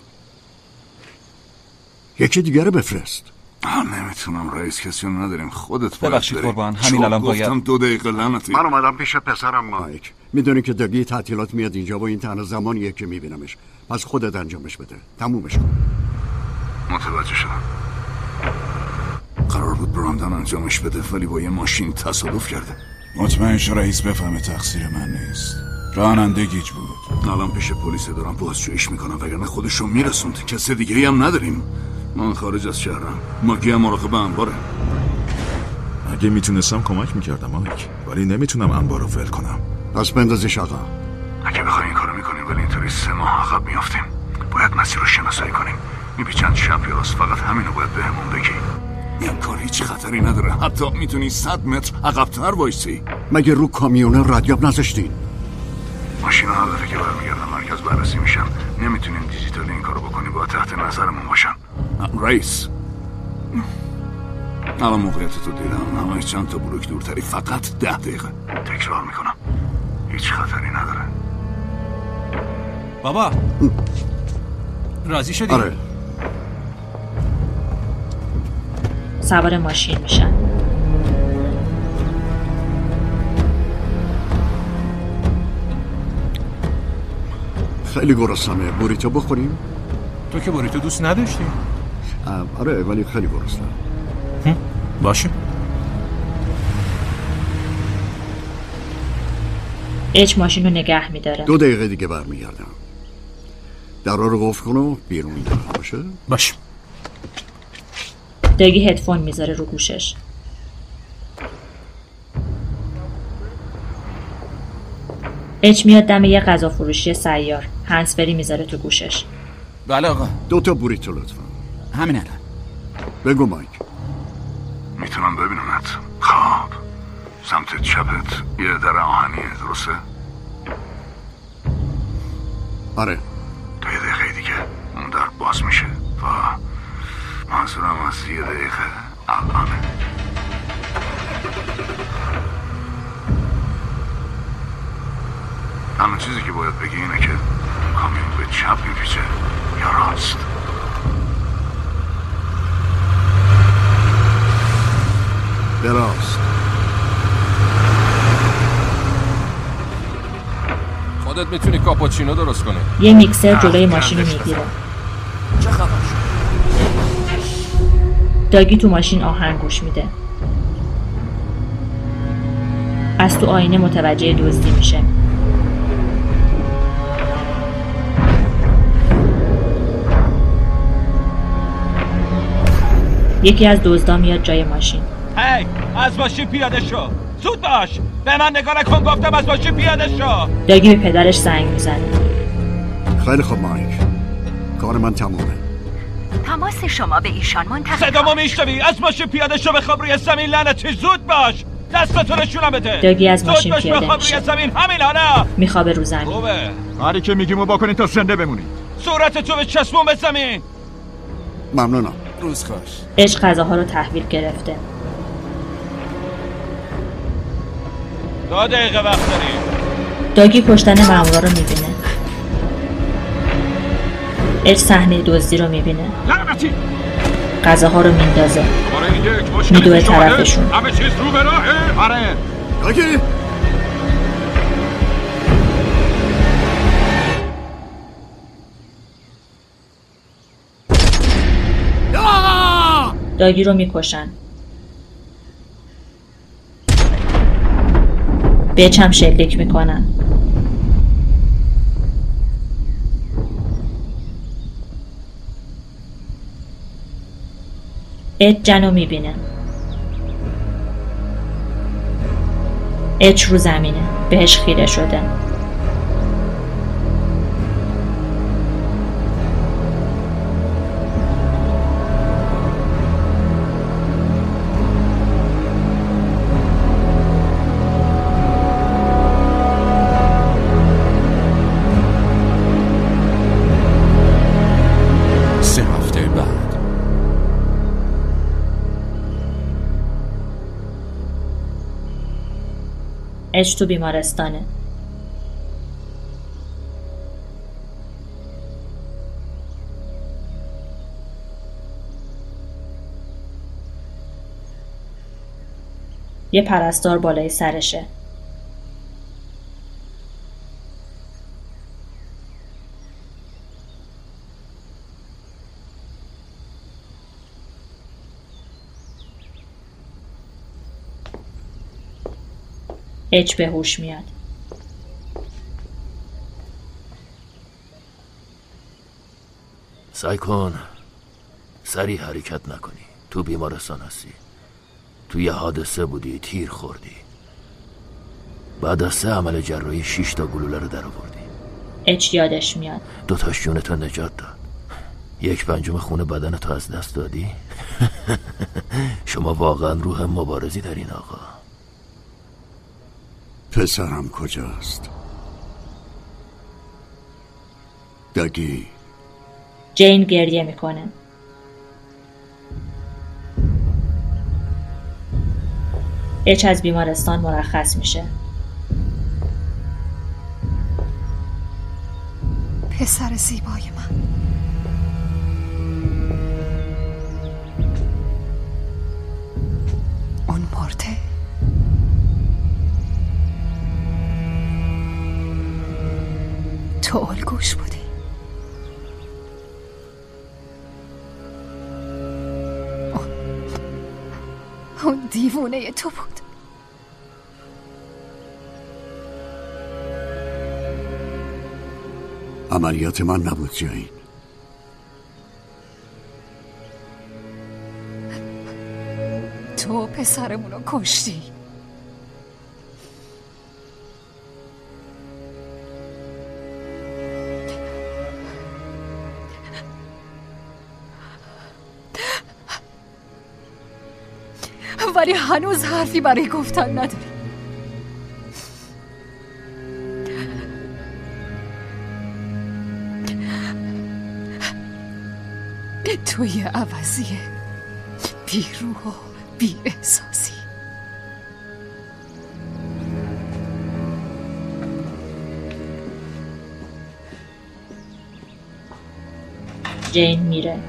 یکی دیگه رو بفرست آه، نمیتونم رئیس کسی رو نداریم خودت باید ببخشید بری. قربان، همین چون الان باید. گفتم دو دقیقه لعنتی من اومدم پیش پسرم مایک میدونی که داگه تعطیلات میاد اینجا و این تنها زمانیه که میبینمش پس خودت انجامش بده تمومش کن متوجه شدم قرار بود براندن انجامش بده ولی با یه ماشین تصادف کرده مطمئن شو رئیس بفهمه تقصیر من نیست راننده گیج بود الان پیش پلیس دارم بازجوییش میکنم وگرنه خودشو میرسوند کسی دیگه هم نداریم من خارج از شهرم ماگی هم مراقب انباره اگه میتونستم کمک میکردم مایک ولی نمیتونم انبار رو ول کنم پس بندازش آقا اگه بخوایم این کارو میکنیم ولی اینطوری سه ماه عقب میافتیم باید مسیر رو شناسایی کنیم میبی چند شب یا راست فقط همینو باید بهمون بگی این کار یعنی هیچ خطری نداره حتی میتونی صد متر عقبتر وایسی مگه رو کامیون ردیاب نذاشتین ماشین هر دفعه که برمیگردم مرکز بررسی میشم نمیتونیم دیجیتالی این کارو بکنی با تحت نظرمون باشم رئیس الان موقعیت تو دیدم همه چند تا بلوک دورتری فقط ده دقیقه تکرار میکنم هیچ خطری نداره بابا راضی شدی آره سوار ماشین میشن خیلی گرسنمه بوریتو بخوریم تو که بوریتو دوست نداشتی ام، آره ولی خیلی گرسنم باشه اچ ماشین رو نگه میداره دو دقیقه دیگه برمیگردم در رو قفل کن و بیرون دارم باشه باشه دگی هدفون میذاره رو گوشش اچ میاد دم یه غذا فروشی سیار هنسفری میذاره تو گوشش بله آقا دو تا بوریتو لطفا همین الان بگو مایک میتونم ببینمت خواب سمت چپت یه در آهنیه درسته؟ آره تا یه دقیقه دیگه اون در باز میشه و منظورم از یه دقیقه الانه همه چیزی که باید بگی اینه که کامیون به چپ میپیچه یا راست به راست خودت میتونی کاپوچینو درست کنی یه میکسر جلوی ماشین رو میگیره داگی تو ماشین آهنگ گوش میده از تو آینه متوجه دزدی میشه یکی از دزدا میاد جای ماشین هی از ماشین پیاده شو زود باش به من نگاه نکن گفتم از ماشین پیاده شو داگی به پدرش زنگ میزنه خیلی خوب مایک کار من تمومه تماس شما به ایشان منتقل صدامو میشنوی از ماشین پیاده شو بخواب روی زمین لعنتی زود باش دستتو نشونم بده داگی از ماشین زود باش پیاده بخواب روی میشه. زمین همین حالا میخوابه رو زمین خوبه کاری که میگیم و بکنید تا زنده بمونید صورت تو به چسبون به زمین ممنونم روز خوش عشق غذاها رو تحویل گرفته دو دقیقه وقت داری داگی کشتن مامورا رو میبینه اچ صحنه دزدی رو میبینه لعنتی غذاها رو میندازه برای یک میدوه طرفشون همه چیز رو به راهه آره اوکی داگی رو میکشن بچم هم شلیک میکنن اد جنو میبینه اچ رو زمینه بهش خیره شده سه هفته بعد اچ تو بیمارستانه یه پرستار بالای سرشه اچ به هوش میاد سعی کن سریع حرکت نکنی تو بیمارستان هستی تو یه حادثه بودی تیر خوردی بعد از سه عمل جراحی شش تا گلوله رو در آوردی اچ یادش میاد دوتاش جونتو نجات داد یک پنجم خون بدن تو از دست دادی شما واقعا روح مبارزی دارین آقا پسرم کجاست داگی جین گریه میکنه اچ از بیمارستان مرخص میشه پسر زیبای من مرده تو الگوش بودی اون- اون دیوونه تو بود عملیات من نبود جایی تو پسرمونو کشتی ولی هنوز حرفی برای گفتن نداری تو یه عوضی بیروح و بی احساسی جین میره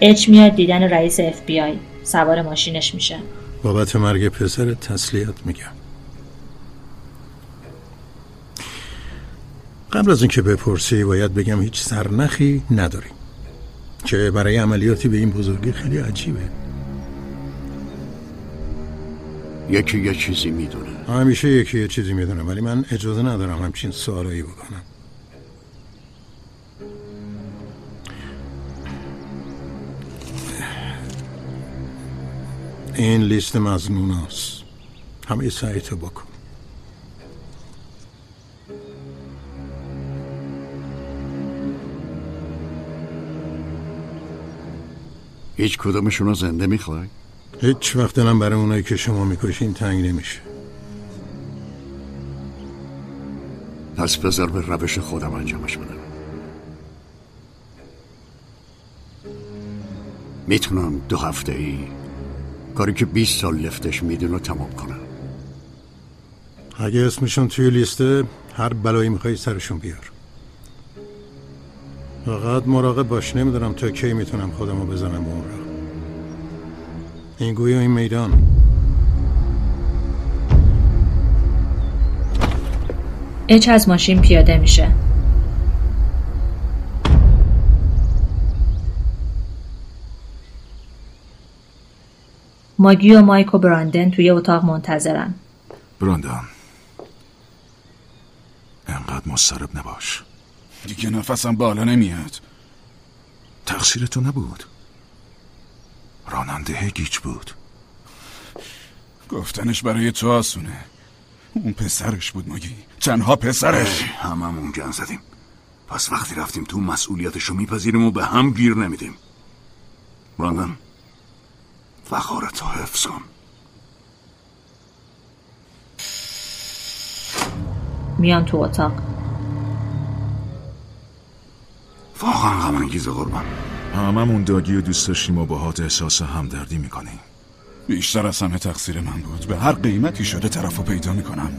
اچ میاد دیدن رئیس اف بی آی سوار ماشینش میشه بابت مرگ پسر تسلیت میگم قبل از اینکه بپرسی باید بگم هیچ سرنخی نداریم که برای عملیاتی به این بزرگی خیلی عجیبه یکی یه چیزی میدونه همیشه یکی یه چیزی میدونه ولی من اجازه ندارم همچین سوالایی بکنم این لیست مزنوناست همه سعیتو بکن هیچ کدومشون رو زنده میخوای هیچ وقت دلم برای اونایی که شما میکشین تنگ نمیشه پس بذار به روش خودم انجامش بدم میتونم دو هفته ای کاری که 20 سال لفتش میدین رو تمام کنم اگه اسمشون توی لیسته هر بلایی میخوای سرشون بیار فقط مراقب باش نمیدونم تا کی میتونم خودم رو بزنم به اون را این گویا این میدان اچ از ماشین پیاده میشه ماگی و مایک و براندن توی اتاق منتظرن براندان انقدر مضطرب نباش دیگه نفسم بالا نمیاد تقصیر تو نبود راننده گیج بود گفتنش برای تو آسونه اون پسرش بود مگی تنها پسرش هممون گن زدیم پس وقتی رفتیم تو مسئولیتشو میپذیریم و به هم گیر نمیدیم راندم وقارتو حفظ کن میان تو اتاق واقعا غم انگیز قربان هممون داگی و دوست داشتیم و باهات احساس همدردی میکنیم بیشتر از همه تقصیر من بود به هر قیمتی شده طرف رو پیدا میکنم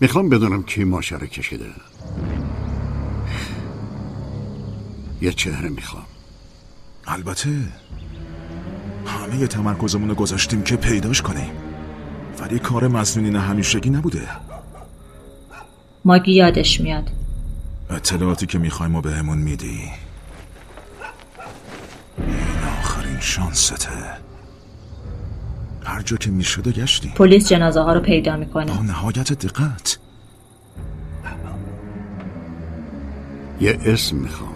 میخوام بدونم کی ماشه کشیده یه چهره میخوام البته همه ی تمرکزمون رو گذاشتیم که پیداش کنیم ولی کار مزنونین همیشگی نبوده ماگی یادش میاد اطلاعاتی که میخوایم و بهمون میدی این آخرین شانسته هر جا که میشد و گشتیم پلیس جنازه ها رو پیدا میکنه با نهایت دقت یه اسم میخوام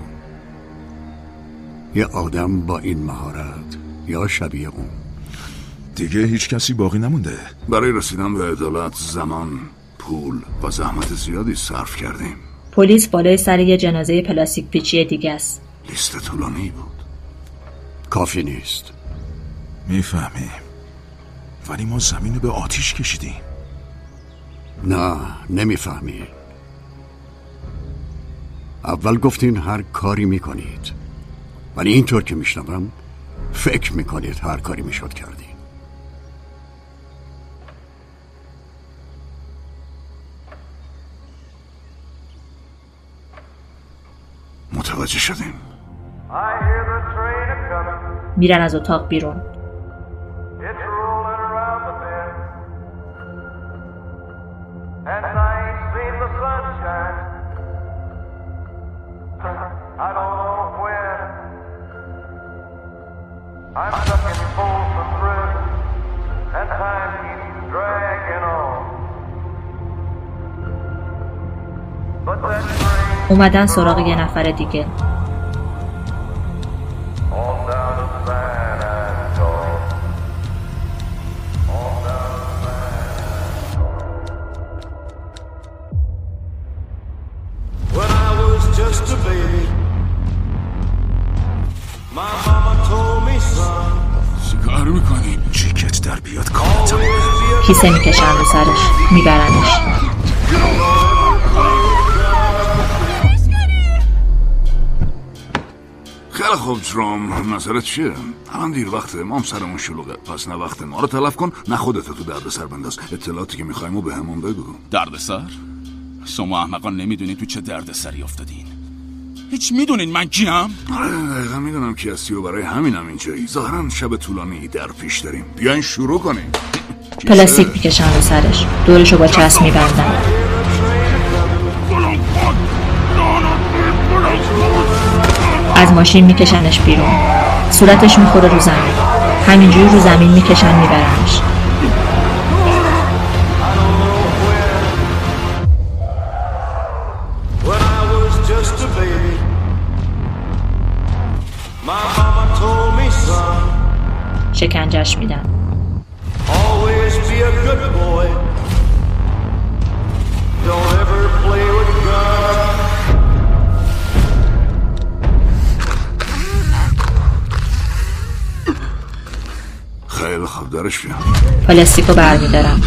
یه آدم با این مهارت یا شبیه اون دیگه هیچ کسی باقی نمونده برای رسیدن به عدالت زمان پول و زحمت زیادی صرف کردیم پلیس بالای سر یه جنازه پلاستیک پیچی دیگه است لیست طولانی بود کافی نیست میفهمیم ولی ما زمین رو به آتیش کشیدیم نه نمیفهمی اول گفتین هر کاری میکنید ولی اینطور که میشنوم فکر میکنید هر کاری میشد کردی متوجه شدیم میرن از اتاق بیرون اومدن سراغ یه نفر دیگه When I was just a baby, my mama told me, son, چیکار میکنی؟ چیکت در بیاد کارتا کیسه میکشن رو سرش میبرنش خیلی خوب تروم نظرت چیه؟ الان دیر وقته ما هم سرمون شلوغه پس نه وقت ما رو تلف کن نه خودتو تو دردسر بنداز اطلاعاتی که میخوایم و به همون بگو دردسر؟ شما احمقان نمیدونین تو چه درد سری افتادین هیچ میدونین من کیم؟ آره دقیقا میدونم کی هستی و برای همینم اینجایی ظاهرا شب طولانی در پیش داریم بیاین شروع کنیم پلاستیک میکشن رو سرش دورش رو با چسب میبندن از ماشین میکشنش بیرون صورتش میخوره رو زمین همینجوری رو زمین میکشن میبرنش when I was just a baby, my mama told me, son, شکنجش میدن always be a good boy. Don't ever play with God. خیلی خوب درش بیام پلاستیک رو برمیدارن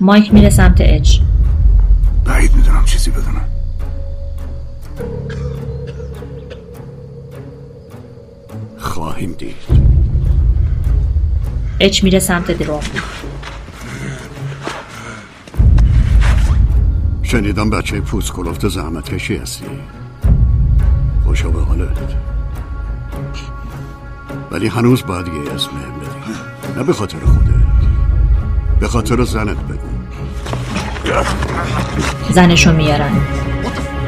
مایک میره سمت اچ بعید میدونم چیزی بدونم خواهیم دید اچ میره سمت درو شنیدم بچه پوست کلفت زحمت کشی هستی خوشا به حالت ولی هنوز باید یه اسم بهم بدی نه به خاطر خودت به خاطر زنت بگو زنشو میارن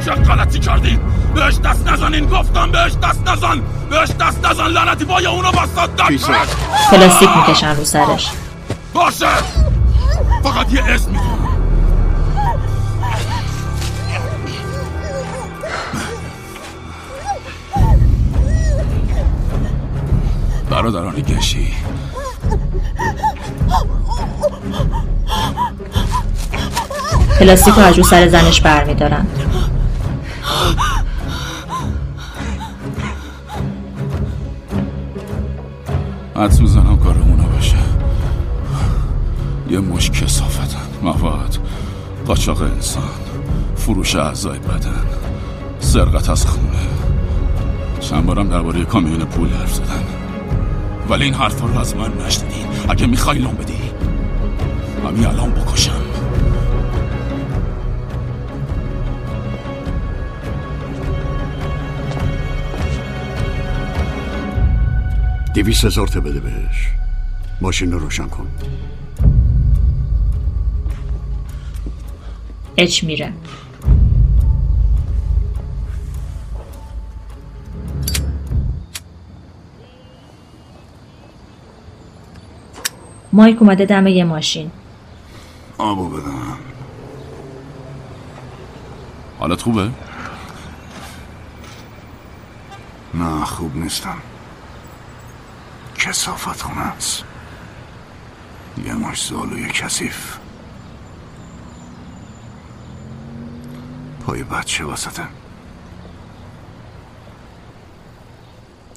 چه غلطی کردین؟ بهش دست نزنین گفتم بهش دست نزن بهش دست نزن لعنتی بای اونو بستاد در کرد پلاستیک میکشن رو سرش باشه فقط یه اسم میدونم برادران گشی پلاستیک رو از رو سر زنش برمیدارن حدس میزنم کار اونا باشه یه مش کسافتن مواد قاچاق انسان فروش اعضای بدن سرقت از خونه چند بارم درباره کامیون پول حرف زدن ولی این حرفا رو از من نشنیدی اگه میخوای لام بدی همین الان بکشم دویست هزار تا بده بهش ماشین رو روشن کن اچ میره مایک اومده دم یه ماشین آبو بدم حالت خوبه؟ نه خوب نیستم کسافت خونه است یه مش زالوی کسیف پای بچه وسطه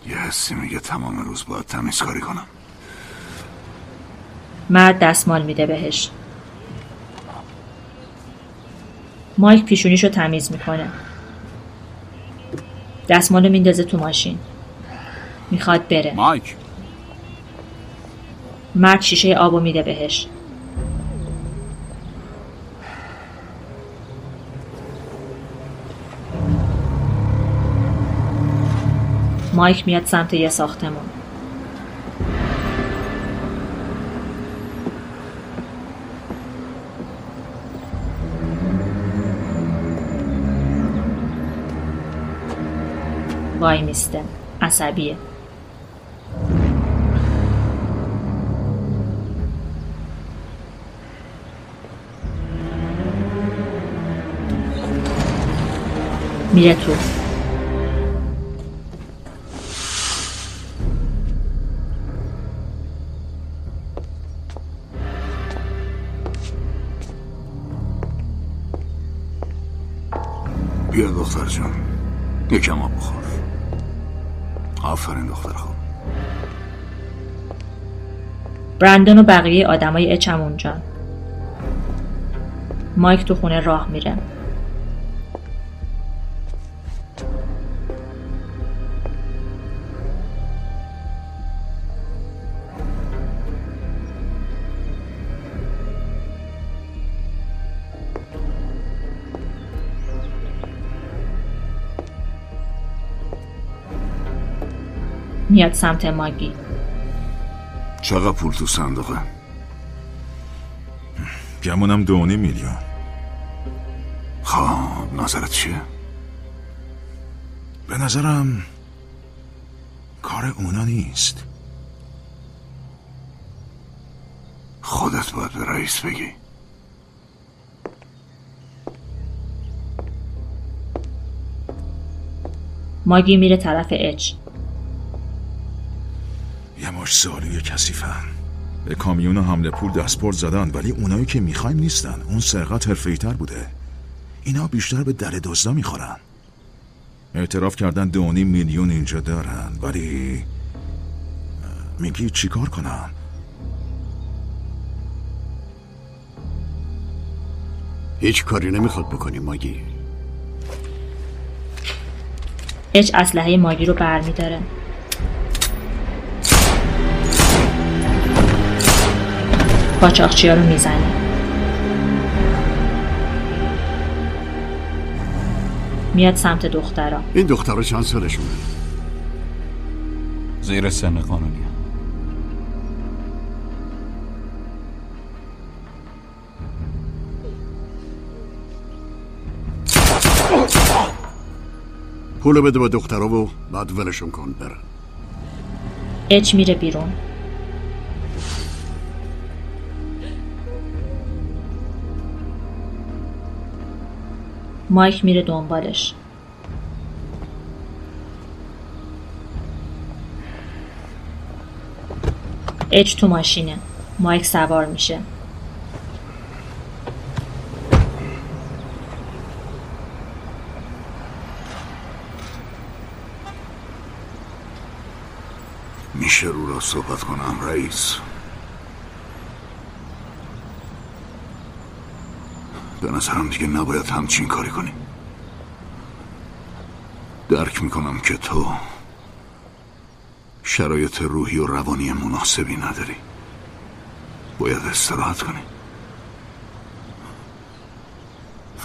یه حسی میگه تمام روز باید تمیز کاری کنم مرد دستمال میده بهش مایک پیشونیشو تمیز میکنه دستمالو میندازه تو ماشین میخواد بره مایک مرد شیشه آبو میده بهش مایک میاد سمت یه ساختمون وای میسته عصبیه میره تو بیا دختر جان یکم آب بخور آفرین دختر خوب برندون و بقیه آدمای اچم اونجا مایک تو خونه راه میره میاد سمت ماگی چقدر پول تو صندوقه گمونم دو و نیم میلیون خب نظرت چیه؟ به نظرم کار اونا نیست خودت باید به رئیس بگی ماگی میره طرف اچ یه مش زالوی کثیفن به کامیون حمله پول دستپرد زدن ولی اونایی که میخوایم نیستن اون سرقت حرفه‌ای‌تر بوده اینا بیشتر به در دزدا میخورن اعتراف کردن دو و نیم میلیون اینجا دارن ولی میگی چیکار کنم هیچ کاری نمیخواد بکنی ماگی اچ اسلحه ماگی رو برمیداره قاچاقچی ها رو میزنه میاد سمت دخترا این دختر چند سالشونه زیر سن قانونی پولو بده به دخترا و بعد ولشون کن برن اچ میره بیرون مایک میره دنبالش اچ تو ماشینه مایک سوار میشه میشه رو را صحبت کنم رئیس به نظرم دیگه نباید همچین کاری کنی درک میکنم که تو شرایط روحی و روانی مناسبی نداری باید استراحت کنی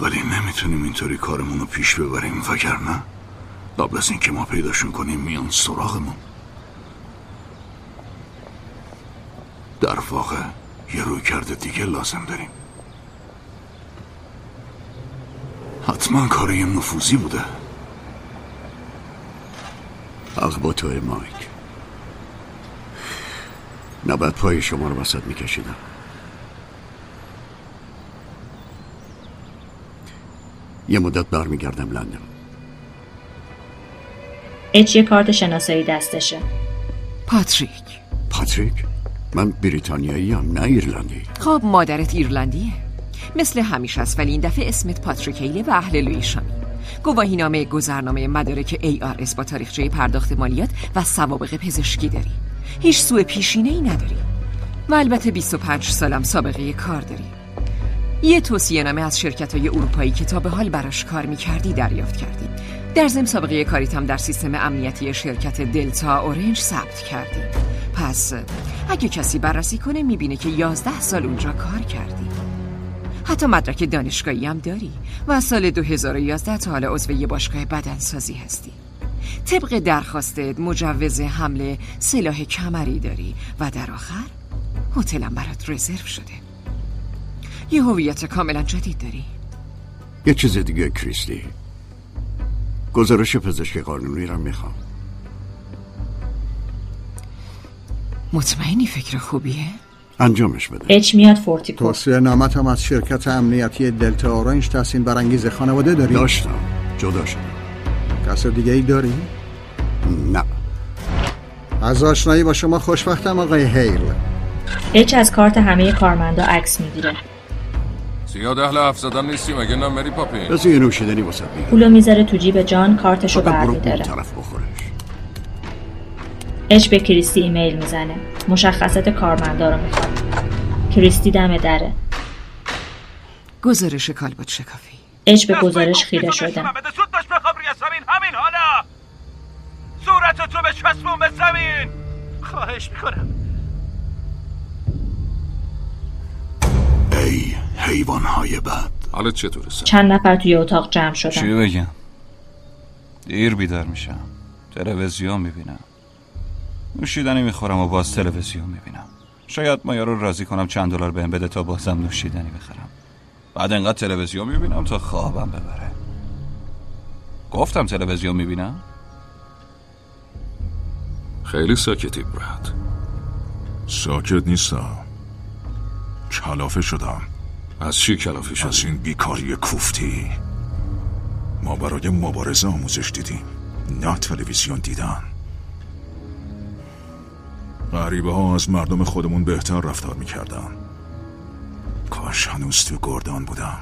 ولی نمیتونیم اینطوری کارمون رو پیش ببریم وگرنه قبل از اینکه ما پیداشون کنیم میان سراغمون در واقع یه روی کرده دیگه لازم داریم حتما کاری نفوذی بوده حق با توه مایک نباید پای شما رو وسط میکشیدم یه مدت برمیگردم لندن اچ یه کارت شناسایی دستشه پاتریک پاتریک من بریتانیایی هم نه ایرلندی خب مادرت ایرلندیه مثل همیشه است ولی این دفعه اسمت پاتریک هیله و اهل لویشامی گواهی نامه گذرنامه مدارک ARS با تاریخچه پرداخت مالیات و سوابق پزشکی داری هیچ سوء پیشینه ای نداری و البته 25 سالم سابقه کار داری یه توصیه نامه از شرکت های اروپایی که تا به حال براش کار میکردی دریافت کردی در ضمن سابقه کاریت هم در سیستم امنیتی شرکت دلتا اورنج ثبت کردی پس اگه کسی بررسی کنه میبینه که 11 سال اونجا کار کردی حتی مدرک دانشگاهی هم داری و از سال 2011 تا حالا عضو یه باشگاه بدنسازی هستی طبق درخواستت مجوز حمله سلاح کمری داری و در آخر هتلم برات رزرو شده یه هویت کاملا جدید داری یه چیز دیگه کریستی گزارش پزشک قانونی را میخوام مطمئنی فکر خوبیه؟ انجامش بده اچ میاد فورتیکو توصیه نامت هم از شرکت امنیتی دلتا اورنج تحسین برانگیز خانواده داری؟ داشتم جدا شدم کس دیگه ای داری؟ نه از آشنایی با شما خوشبختم آقای هیل اچ از کارت همه کارمندا عکس میگیره زیاد اهل حرف زدن نیستی مگه نه مری پاپین بس یه نوشیدنی واسه میگم پولو میذاره تو جیب جان کارتشو فقط برو اون برمیداره طرف بخورش اچ به کریستی ایمیل میزنه مشخصات کارمندا رو میخواد کریستی دم دره گزارش کالبد شکافی اچ به گزارش خیره شده صورتتو به چسبون به زمین خواهش میکنم ای حیوان های بد حالت چطوره سر؟ چند نفر توی اتاق جمع چی شدن بگم؟ دیر بیدار میشم تلویزیون میبینم نوشیدنی میخورم و باز تلویزیون میبینم شاید مایا رو راضی کنم چند دلار بهم بده تا بازم نوشیدنی بخرم بعد انقدر تلویزیون میبینم تا خوابم ببره گفتم تلویزیون میبینم خیلی ساکتی برد ساکت نیستم کلافه شدم از چی کلافه شدی؟ از این بیکاری کوفتی ما برای مبارزه آموزش دیدیم نه تلویزیون دیدن غریبه ها از مردم خودمون بهتر رفتار میکردن کاش هنوز تو گردان بودم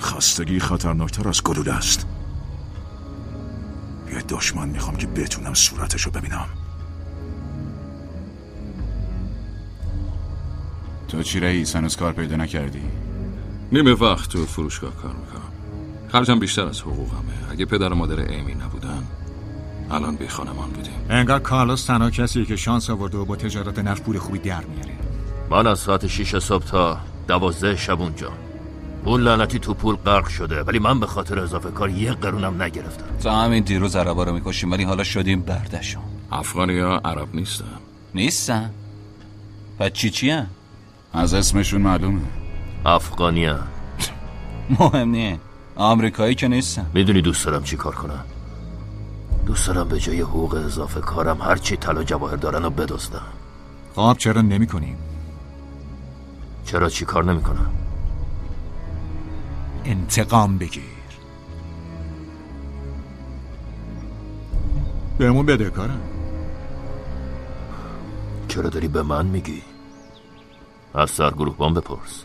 خستگی خطرناکتر از گلوله است یه دشمن میخوام که بتونم صورتشو ببینم تو چی رئیس هنوز کار پیدا نکردی نیمه وقت تو فروشگاه کار میکنم خرجم بیشتر از حقوقمه اگه پدر و مادر ایمی نبودن الان بی خانمان بودیم انگار کارلوس تنها کسیه که شانس آورده و با تجارت نفت پول خوبی در میاره من از ساعت 6 صبح تا دوازده شب اونجا اون لعنتی تو پول غرق شده ولی من به خاطر اضافه کار یه قرونم نگرفتم تا همین دیروز عربا رو میکشیم ولی حالا شدیم بردشون افغانی ها عرب نیستن نیستن پس چی چی هم؟ از اسمشون معلومه افغانی ها مهم نیه آمریکایی که نیستن میدونی دوست دارم چی کار کنم دوست دارم به جای حقوق اضافه کارم هرچی طلا جواهر دارن رو بدزدم قاب خب، چرا نمیکنیم چرا چی کار نمیکنم انتقام بگیر بهمون بده کارم چرا داری به من میگی از سرگروه بان بپرس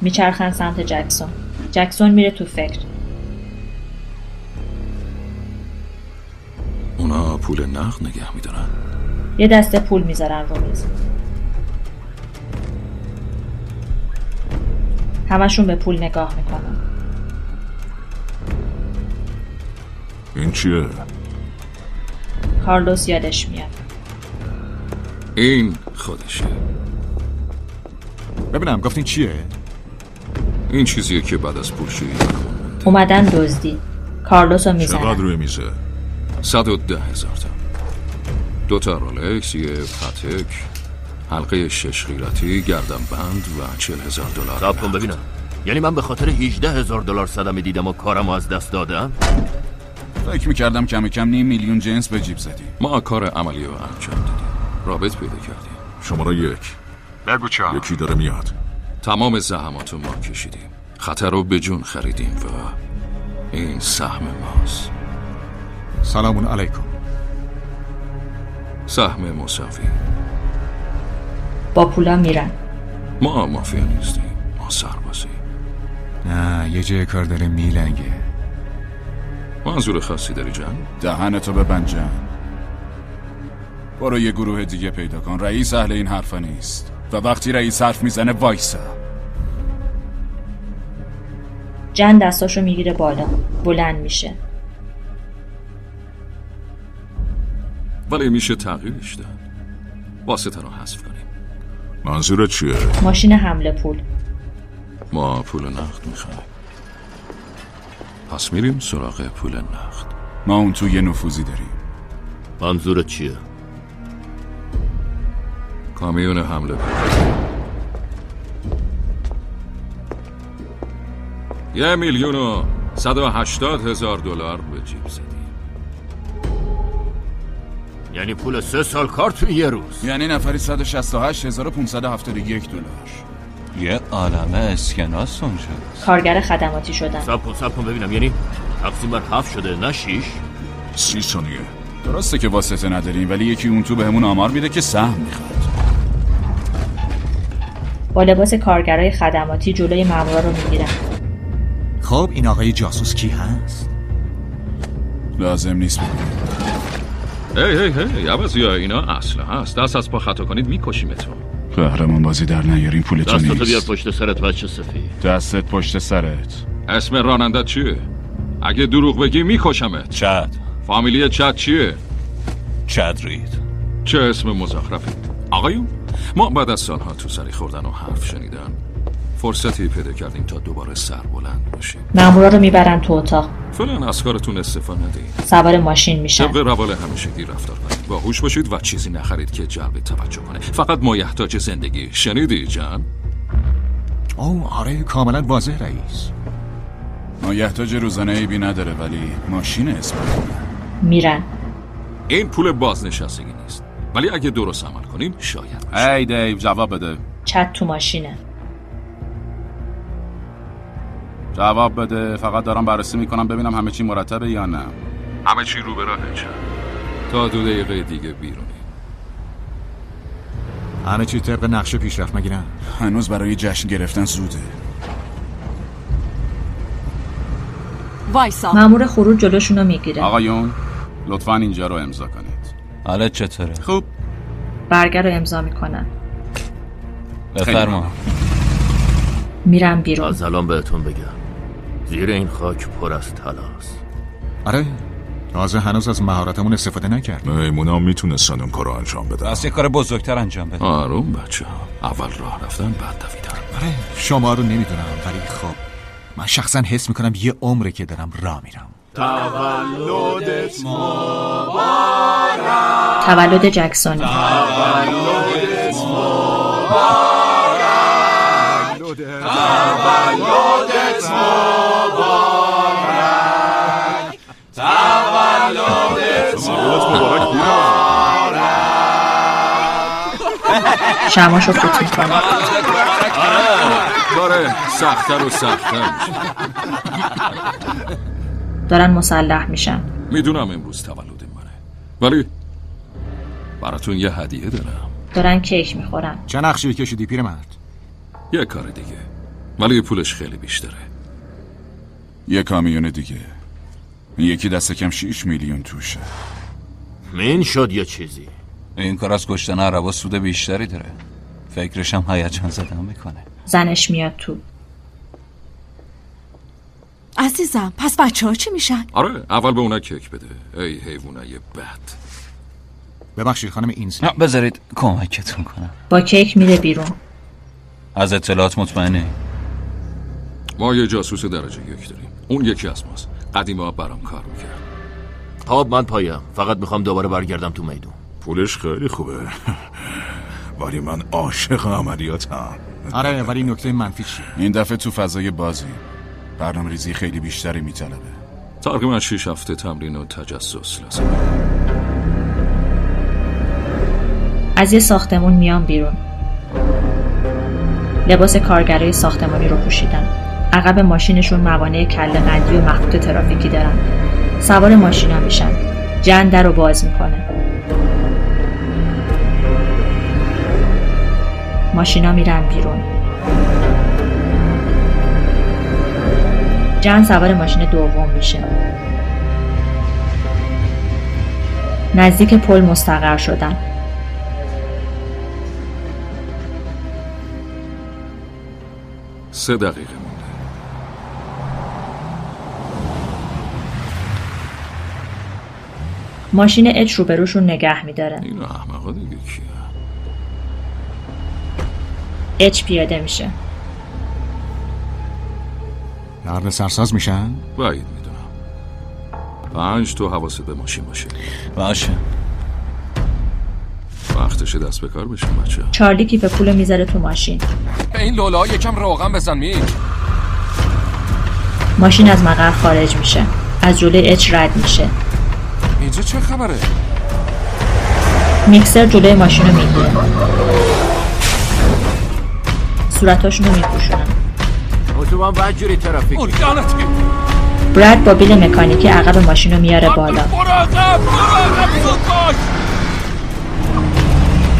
میچرخن سمت جکسون جکسون میره تو فکر اونا پول نقد نگه میدارن یه دسته پول میذارن رو میز همشون به پول نگاه میکنن این چیه؟ کارلوس یادش میاد این خودشه ببینم گفتین چیه این چیزیه که بعد از پولشویی اومدن دزدی کارلوس رو میزنن روی میزه؟ صد و ده هزار تا دو تا رولکس یه پتک حلقه شش غیرتی گردن بند و چل هزار دلار صبر کن ببینم یعنی من به خاطر 18 هزار دلار صدمه دیدم و کارم از دست دادم فکر میکردم کم کم نیم میلیون جنس به جیب زدی ما کار عملی رو انجام دادیم رابط پیدا کردیم شماره یک بگو چهار یکی داره میاد تمام زحمات رو ما کشیدیم خطر رو به جون خریدیم و این سهم ماست سلامون علیکم سهم مساوی با پولا میرن ما مافیا نیستیم ما سربازی نه یه جای کار داره میلنگه منظور خاصی داری جان؟ دهنتو ببند جان برو یه گروه دیگه پیدا کن رئیس اهل این حرفا نیست و وقتی رئیس حرف میزنه وایسا جن دستاشو میگیره بالا بلند میشه ولی میشه تغییرش داد واسطه رو حذف کنیم منظورت چیه؟ ماشین حمله پول ما پول نقد میخوایم پس میریم سراغ پول نقد ما اون تو یه نفوذی داریم منظورت چیه؟ کامیون حمله بود. یه میلیون و صد و هشتاد هزار دلار به جیب زدی یعنی پول سه سال کار توی یه روز یعنی نفری 168571 دلار یه عالمه اسکناس اونجا کارگر خدماتی شدن سب کن سب کن ببینم یعنی تقسیم بر هفت شده نه شیش سی ثانیه درسته که واسطه نداریم ولی یکی اون تو بهمون آمار میده که سهم میخواد با لباس کارگرای خدماتی جلوی مامورا رو میگیرن خب این آقای جاسوس کی هست؟ لازم نیست بگم هی هی هی عوض یا اینا اصلا هست دست از پا خطا کنید میکشیمتون قهرمان بازی در نیاریم پول تو دستتو بیار نیست پشت سرت بچه سفید دستت پشت سرت اسم راننده چیه؟ اگه دروغ بگی میکشمت چد فامیلی چد چیه؟ چد رید چه اسم مزخرفی؟ آقایون ما بعد از سالها تو سری خوردن و حرف شنیدن فرصتی پیدا کردیم تا دوباره سر بلند باشیم مامورا رو میبرن تو اتاق فعلا از کارتون استفاده ندید سوار ماشین میشن طبق روال همیشگی رفتار کنید باهوش باشید و چیزی نخرید که جلب توجه کنه فقط مایحتاج زندگی شنیدی جان او آره کاملا واضح رئیس ما یحتاج روزانه ایبی نداره ولی ماشین اسم میرن این پول بازنشستگی نیست ولی اگه درست عمل کنیم شاید ای دیو جواب بده چت تو ماشینه جواب بده فقط دارم بررسی میکنم ببینم همه چی مرتبه یا نه همه چی رو به راهه چند تا دو دقیقه دیگه بیرونی همه چی طبق نقشه پیشرفت مگه نه؟ هنوز برای جشن گرفتن زوده وایسا مامور خروج جلوشون رو میگیره آقایون لطفا اینجا رو امضا کنید حالا چطوره؟ خوب برگر رو امضا میکنن بفرما میرم بیرون از الان بهتون بگم زیر این خاک پر از تلاست آره تازه هنوز از مهارتمون استفاده نکرد میمونا میتونستن اون کارو انجام بدن از یه کار بزرگتر انجام بده آره، آروم بچه ها اول راه رفتن بعد دویدن آره شما رو نمیدونم ولی خب من شخصا حس میکنم یه عمره که دارم را میرم تولدت مبارک تولد جکسونی تولدت مبارک تولدت مبارک تولدت شماش رو فوت میکنه آره. داره سختتر و سختتر میشه دارن مسلح میشن میدونم امروز تولد منه ولی براتون یه هدیه دارم دارن کیک میخورن چه نقشی کشیدی پیرمرد یه کار دیگه ولی پولش خیلی بیشتره یه کامیون دیگه یکی دست کم 6 میلیون توشه این شد یه چیزی این کار از کشتن عربا سود بیشتری داره فکرشم هیجان زدن میکنه زنش میاد تو عزیزم پس بچه ها چی میشن؟ آره اول به اونا کیک بده ای حیوانه یه بد ببخشید خانم اینزلی بذارید کمکتون کنم با کیک میره بیرون از اطلاعات مطمئنه ما یه جاسوس درجه یک داریم اون یکی از ماست قدیما برام کار میکرد خب من پایم فقط میخوام دوباره برگردم تو میدون پولش خیلی خوبه ولی من عاشق عملیاتم آره ولی نکته منفی چیه این دفعه تو فضای بازی برنامه ریزی خیلی بیشتری میطلبه تقریبا شیش هفته تمرین و تجسس لازم از یه ساختمون میان بیرون لباس کارگرای ساختمانی رو پوشیدن عقب ماشینشون موانع کله قندی و محدود ترافیکی دارن سوار ماشینا میشن جن در رو باز میکنه ماشینا میرن بیرون جن سوار ماشین دوم میشه نزدیک پل مستقر شدن سه دقیقه مونده ماشین اچ روبروشون نگه میداره اینا احمقا دیگه کیه اچ پیاده میشه نقل سرساز میشن؟ بعید میدونم پنج تو حواست به ماشین باشه باشه وقتش دست به کار بشین بچه چارلی کیف پول میذاره تو ماشین به این لولا یکم روغن بزن می ماشین از مقر خارج میشه از جلوی اچ رد میشه اینجا چه خبره میکسر جلوی ماشین رو میگیره صورتاشون رو میپوشونن اتوبان باید جوری ترافیک برد با بیل مکانیکی عقب ماشین رو میاره بالا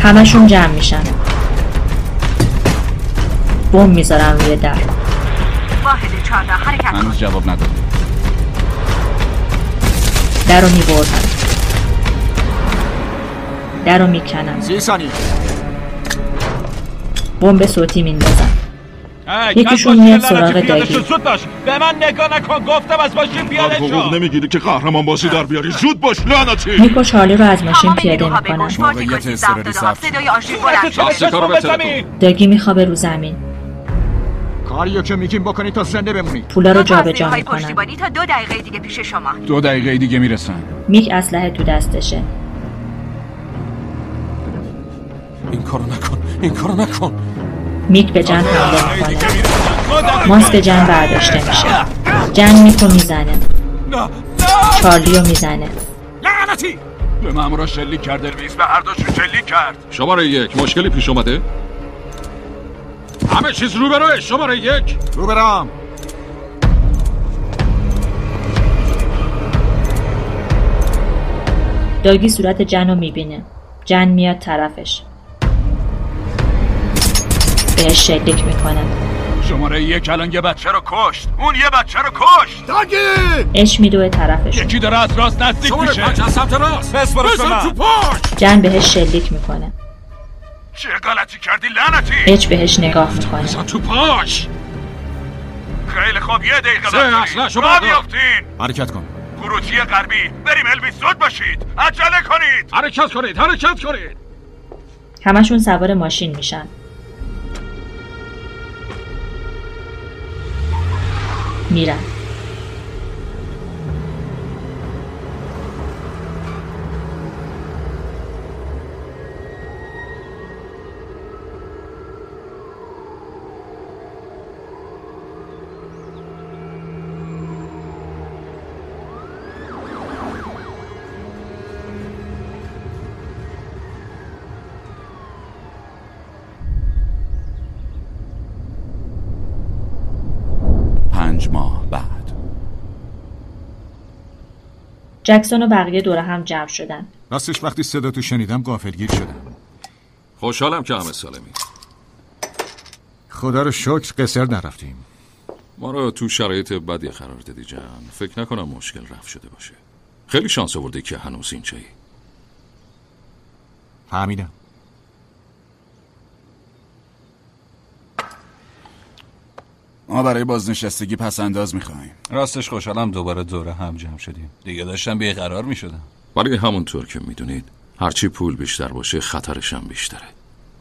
همشون جمع میشن بم میذارن روی در واحد 14 حرکت کن هنوز جواب نداد در رو میبردن در رو میکنن سی ثانیه بمب صوتی میندازن ای، یکیشون کس میاد باشه، لعنتی، سراغ پیاده دایگی. شو، زود باش به من نگاه نکن گفتم از ماشین پیاده شو حقوق نمیگیری که قهرمان بازی در بیاری زود باش لعنتی نیکو چارلی رو از ماشین پیاده میکنن موقعیت اضطراری ثبت صدای آژیر بلند شاخص شد. کارو بزنی. داگی میخوابه رو زمین کاریو که میگیم بکنید تا زنده بمونید پولا رو دو جابجا تصویرهای میکنن پشتیبانی تا دو دقیقه دیگه پیش شما دو دقیقه دیگه میرسن میک اسلحه تو دستشه این کارو نکن این کارو نکن میک به جن حمله میکنه ماس به جن برداشته میشه جن میک رو میزنه نه چارلی رو میزنه لعنتی به مامورا شلیک کرده سرویس به هر دوشون شلیک کرد شماره یک مشکلی پیش اومده همه چیز روبروه شماره یک روبرام داگی صورت جن رو میبینه جن میاد طرفش بهش شلیک میکنه شماره یک الان یه بچه رو کشت اون یه بچه رو کشت داگی اش میدوه طرفش یکی داره از راست نزدیک شماره میشه پنج از سمت راست بسپرش بزن به من تو جن بهش شلیک میکنه چه غلطی کردی لعنتی اچ بهش نگاه میکنه تو پاش خیلی خوب یه دقیقه سه اصلا شما بیافتین حرکت کن خروجی غربی بریم الویس زود باشید عجله کنید حرکت کنید حرکت کنید همشون سوار ماشین میشن میرن پنج ماه بعد جکسون و بقیه دور هم جمع شدن راستش وقتی صدا تو شنیدم غافلگیر شدم خوشحالم که همه سالمی خدا رو شکر قصر نرفتیم ما رو تو شرایط بدی قرار دادی جان فکر نکنم مشکل رفت شده باشه خیلی شانس آوردی که هنوز اینجایی فهمیدم ما برای بازنشستگی پس انداز میخوایم راستش خوشحالم دوباره دوره هم جمع شدیم دیگه داشتم بیقرار می شدم ولی همونطور که میدونید هرچی پول بیشتر باشه خطرش هم بیشتره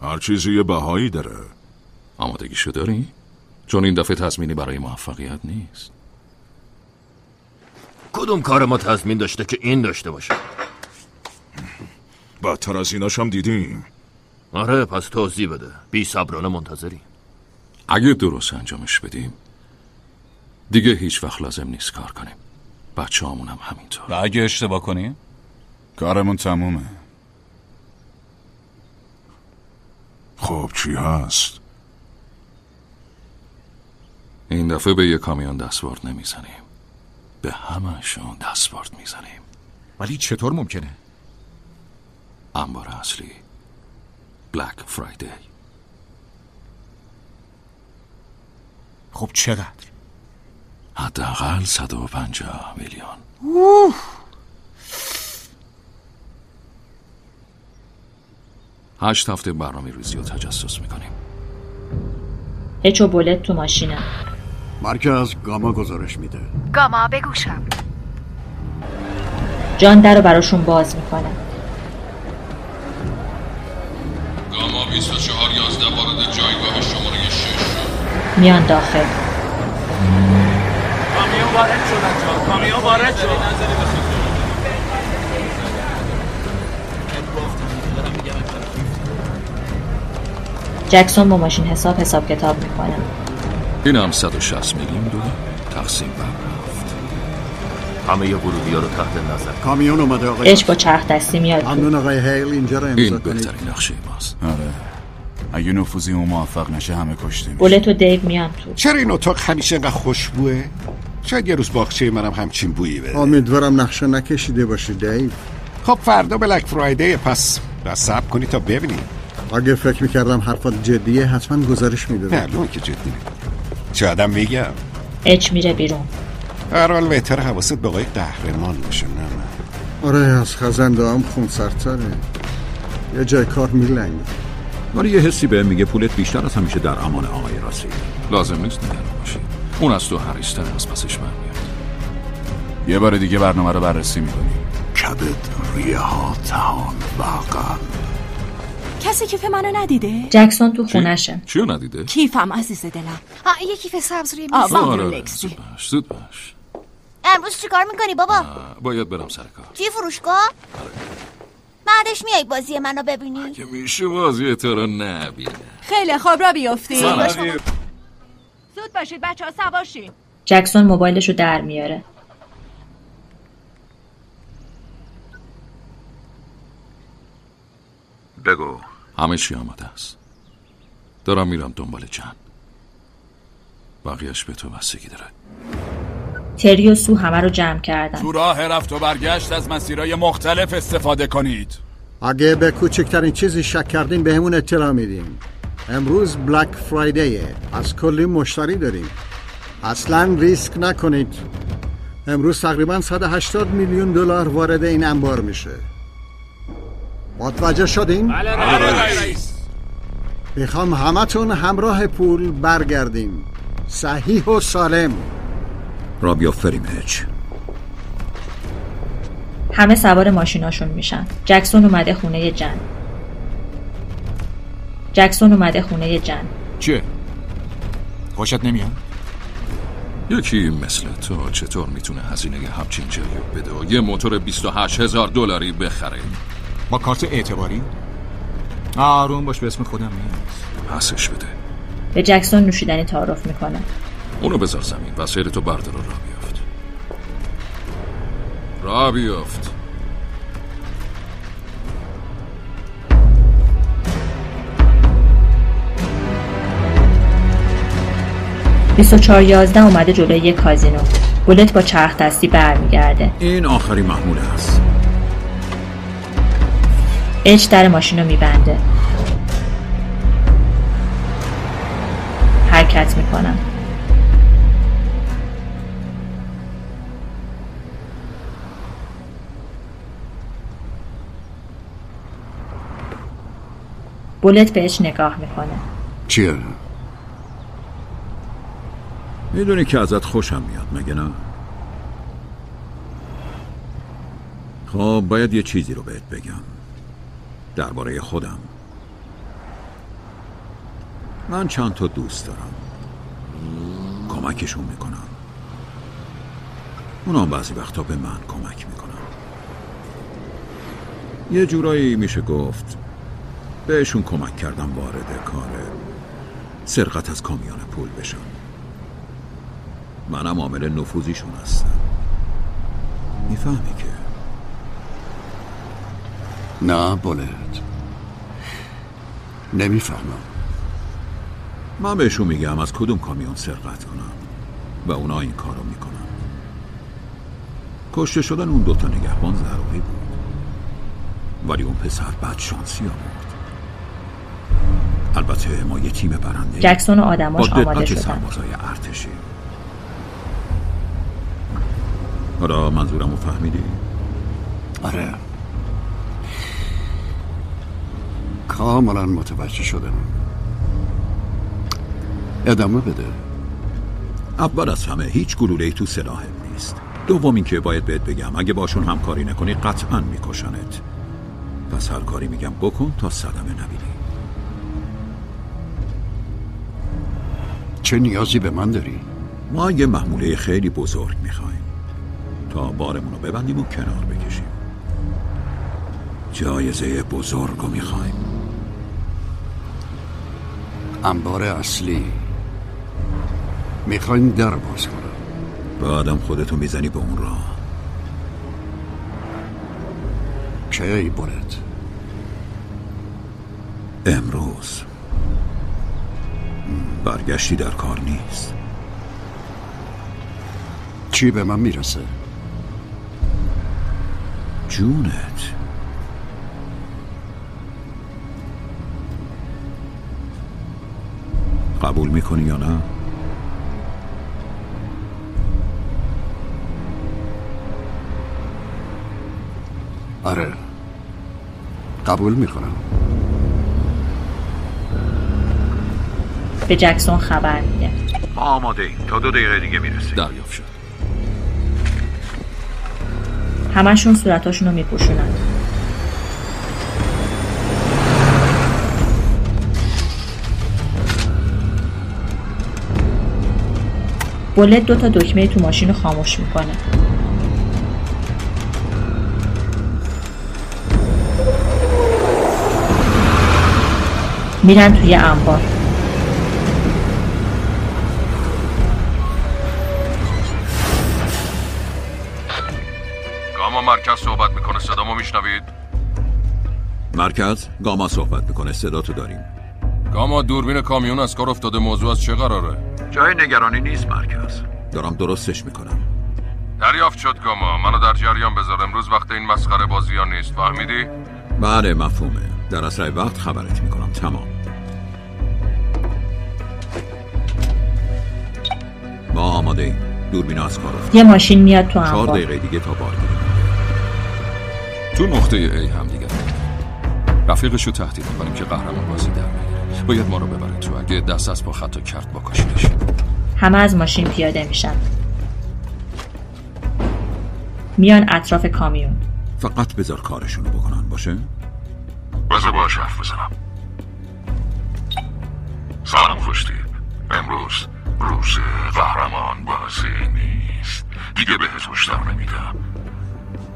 هر چیزی یه بهایی داره آمادگیشو داری؟ چون این دفعه تصمیمی برای موفقیت نیست کدوم کار ما تضمین داشته که این داشته باشه بدتر از ایناش هم دیدیم آره پس توضیح بده بی صبرانه منتظریم اگه درست انجامش بدیم دیگه هیچ وقت لازم نیست کار کنیم بچه همون هم همینطور و اگه اشتباه کنیم کارمون تمومه خب چی هست؟ این دفعه به یه کامیون دستوارد نمیزنیم به همشون دستوارد میزنیم ولی چطور ممکنه؟ انبار اصلی بلک فرایدی خب چقدر؟ حداقل 150 میلیون اوه هشت هفته برنامه ریزی و تجسس میکنیم اچ و بولت تو ماشینه مرکز گاما گزارش میده گاما بگوشم جان در رو براشون باز میکنه گاما 24 11 وارد جایگاه شماره 6 میان داخل کامیون وارد شد انجام کامیون وارد شد جکسون با ماشین حساب حساب کتاب میکنه این هم 160 میلیون دلار تقسیم بر هفت همه ورودی ها رو تحت نظر کامیون اومده آقای اچ با چرخ دستی میاد تو. ممنون آقای هیل اینجا رو این امضا کنید بهترین نقشه ماست آره اگه نفوذی اون موفق نشه همه کشتیم بولت و دیو میان تو چرا این اتاق همیشه اینقدر خوشبوه؟ شاید یه روز باغچه منم همچین بویی بده امیدوارم نقشه نکشیده باشی دیو خب فردا بلک فرایده پس و صبر کنی تا ببینی اگه فکر میکردم حرفات جدیه حتما گزارش نه میدادم لون که جدی چه آدم بگم اچ میره بیرون هر حال بهتر حواست به آقای قهرمان باشه نه من آره از خزنده هم خون سرتره یه جای کار میلنگ ولی یه حسی به میگه پولت بیشتر از همیشه در امان آقای راسید لازم نیست نگران باشید اون از تو هریستن از پسش برمیاد یه بار دیگه برنامه رو بررسی میکنیم کبد ریه ها تهان و کسی کیف منو ندیده؟ جکسون تو خونشه چیو ندیده؟ کیفم عزیز دلم آه، یه کیف سبز روی آه، میز والا. آره زود باش زود باش امروز چیکار میکنی بابا باید برم سر کار توی فروشگاه بعدش میای بازی منو ببینی که میشه بازی تو رو نبینه خیلی خوب را بیفتی زود باشید بچه ها سواشین جکسون موبایلش رو در میاره بگو همه چی آماده است دارم میرم دنبال جن بقیهش به تو بستگی داره تری و سو همه رو جمع کردن تو راه رفت و برگشت از مسیرهای مختلف استفاده کنید اگه به کوچکترین چیزی شک کردین بهمون اطلاع میدیم امروز بلک فرایدیه از کلی مشتری داریم اصلا ریسک نکنید امروز تقریبا 180 میلیون دلار وارد این انبار میشه متوجه شدین؟ میخوام همتون همراه پول برگردین صحیح و سالم را بیافریم هچ همه سوار ماشیناشون میشن جکسون اومده خونه جن جکسون اومده خونه جن چه؟ خوشت نمیاد؟ یکی مثل تو چطور میتونه هزینه یه همچین جایی رو بده و یه موتور 28 هزار دلاری بخره با کارت اعتباری؟ آروم باش به اسم خودم نیست پسش بده به جکسون نوشیدنی تعارف میکنه اونو بذار زمین و سیر تو بردار و را بیافت را بیافت یازده اومده جلوی یک کازینو بولت با چرخ دستی برمیگرده این آخرین محموله است اچ در ماشین رو میبنده حرکت میکنم بولت بهش نگاه میکنه چیه؟ میدونی که ازت خوشم میاد مگه نه؟ خب باید یه چیزی رو بهت بگم درباره خودم من چند تا دوست دارم کمکشون میکنم اونا بعضی وقتا به من کمک میکنم یه جورایی میشه گفت بهشون کمک کردم وارد کار سرقت از کامیون پول بشم منم عامل نفوذیشون هستم میفهمی که نه بولت نمیفهمم من بهشون میگم از کدوم کامیون سرقت کنم و اونا این کارو میکنن کشته شدن اون دوتا نگهبان ضروری بود ولی اون پسر بعد شانسی آورد البته ما یه تیم برنده جکسون و آدماش با دقت آماده شدن سربازای ارتشی حالا منظورمو فهمیدی؟ آره کاملا متوجه شدم ادامه بده اول از همه هیچ گلوله‌ای تو سلاحت نیست دوم اینکه باید بهت بگم اگه باشون همکاری نکنی قطعا میکشنت پس هر کاری میگم بکن تا صدمه نبینی چه نیازی به من داری؟ ما یه محموله خیلی بزرگ میخوایم تا بارمون رو ببندیم و کنار بکشیم جایزه بزرگ رو میخوایم انبار اصلی میخوایم در باز کنم بعدم خودتو میزنی به اون راه چه ای بولت امروز برگشتی در کار نیست چی به من میرسه جونت قبول میکنی یا نه؟ آره قبول میکنم به جکسون خبر میده آماده ایم تا دو دقیقه دیگه میرسیم دریافت شد همشون صورتاشون رو میپوشونن بولت دو تا دکمه تو ماشین رو خاموش میکنه میرن توی انبار گاما مرکز صحبت میکنه صدامو میشنوید مرکز گاما صحبت میکنه صدا تو داریم گاما دوربین کامیون از کار افتاده موضوع از چه قراره جای نگرانی نیست مرکز دارم درستش میکنم دریافت شد گاما منو در جریان بذار امروز وقت این مسخره بازی ها نیست فهمیدی بله مفهومه در اسرع وقت خبرت میکنم تمام ما آماده ایم دوربین از کار افتاد یه ماشین میاد تو چهار انبار دقیقه دیگه تا بار گیریم. تو نقطه ای هم دیگه رفیقش رو تهدید میکنیم که قهرمان بازی در نگیره باید ما رو ببره تو اگه دست از پا خطا کرد بکشیدش همه از ماشین پیاده میشن میان اطراف کامیون فقط بذار کارشونو بکنن باشه بذار باش حرف بزنم سلام خوشتی امروز روز قهرمان بازی نیست دیگه بهت هشدار نمیدم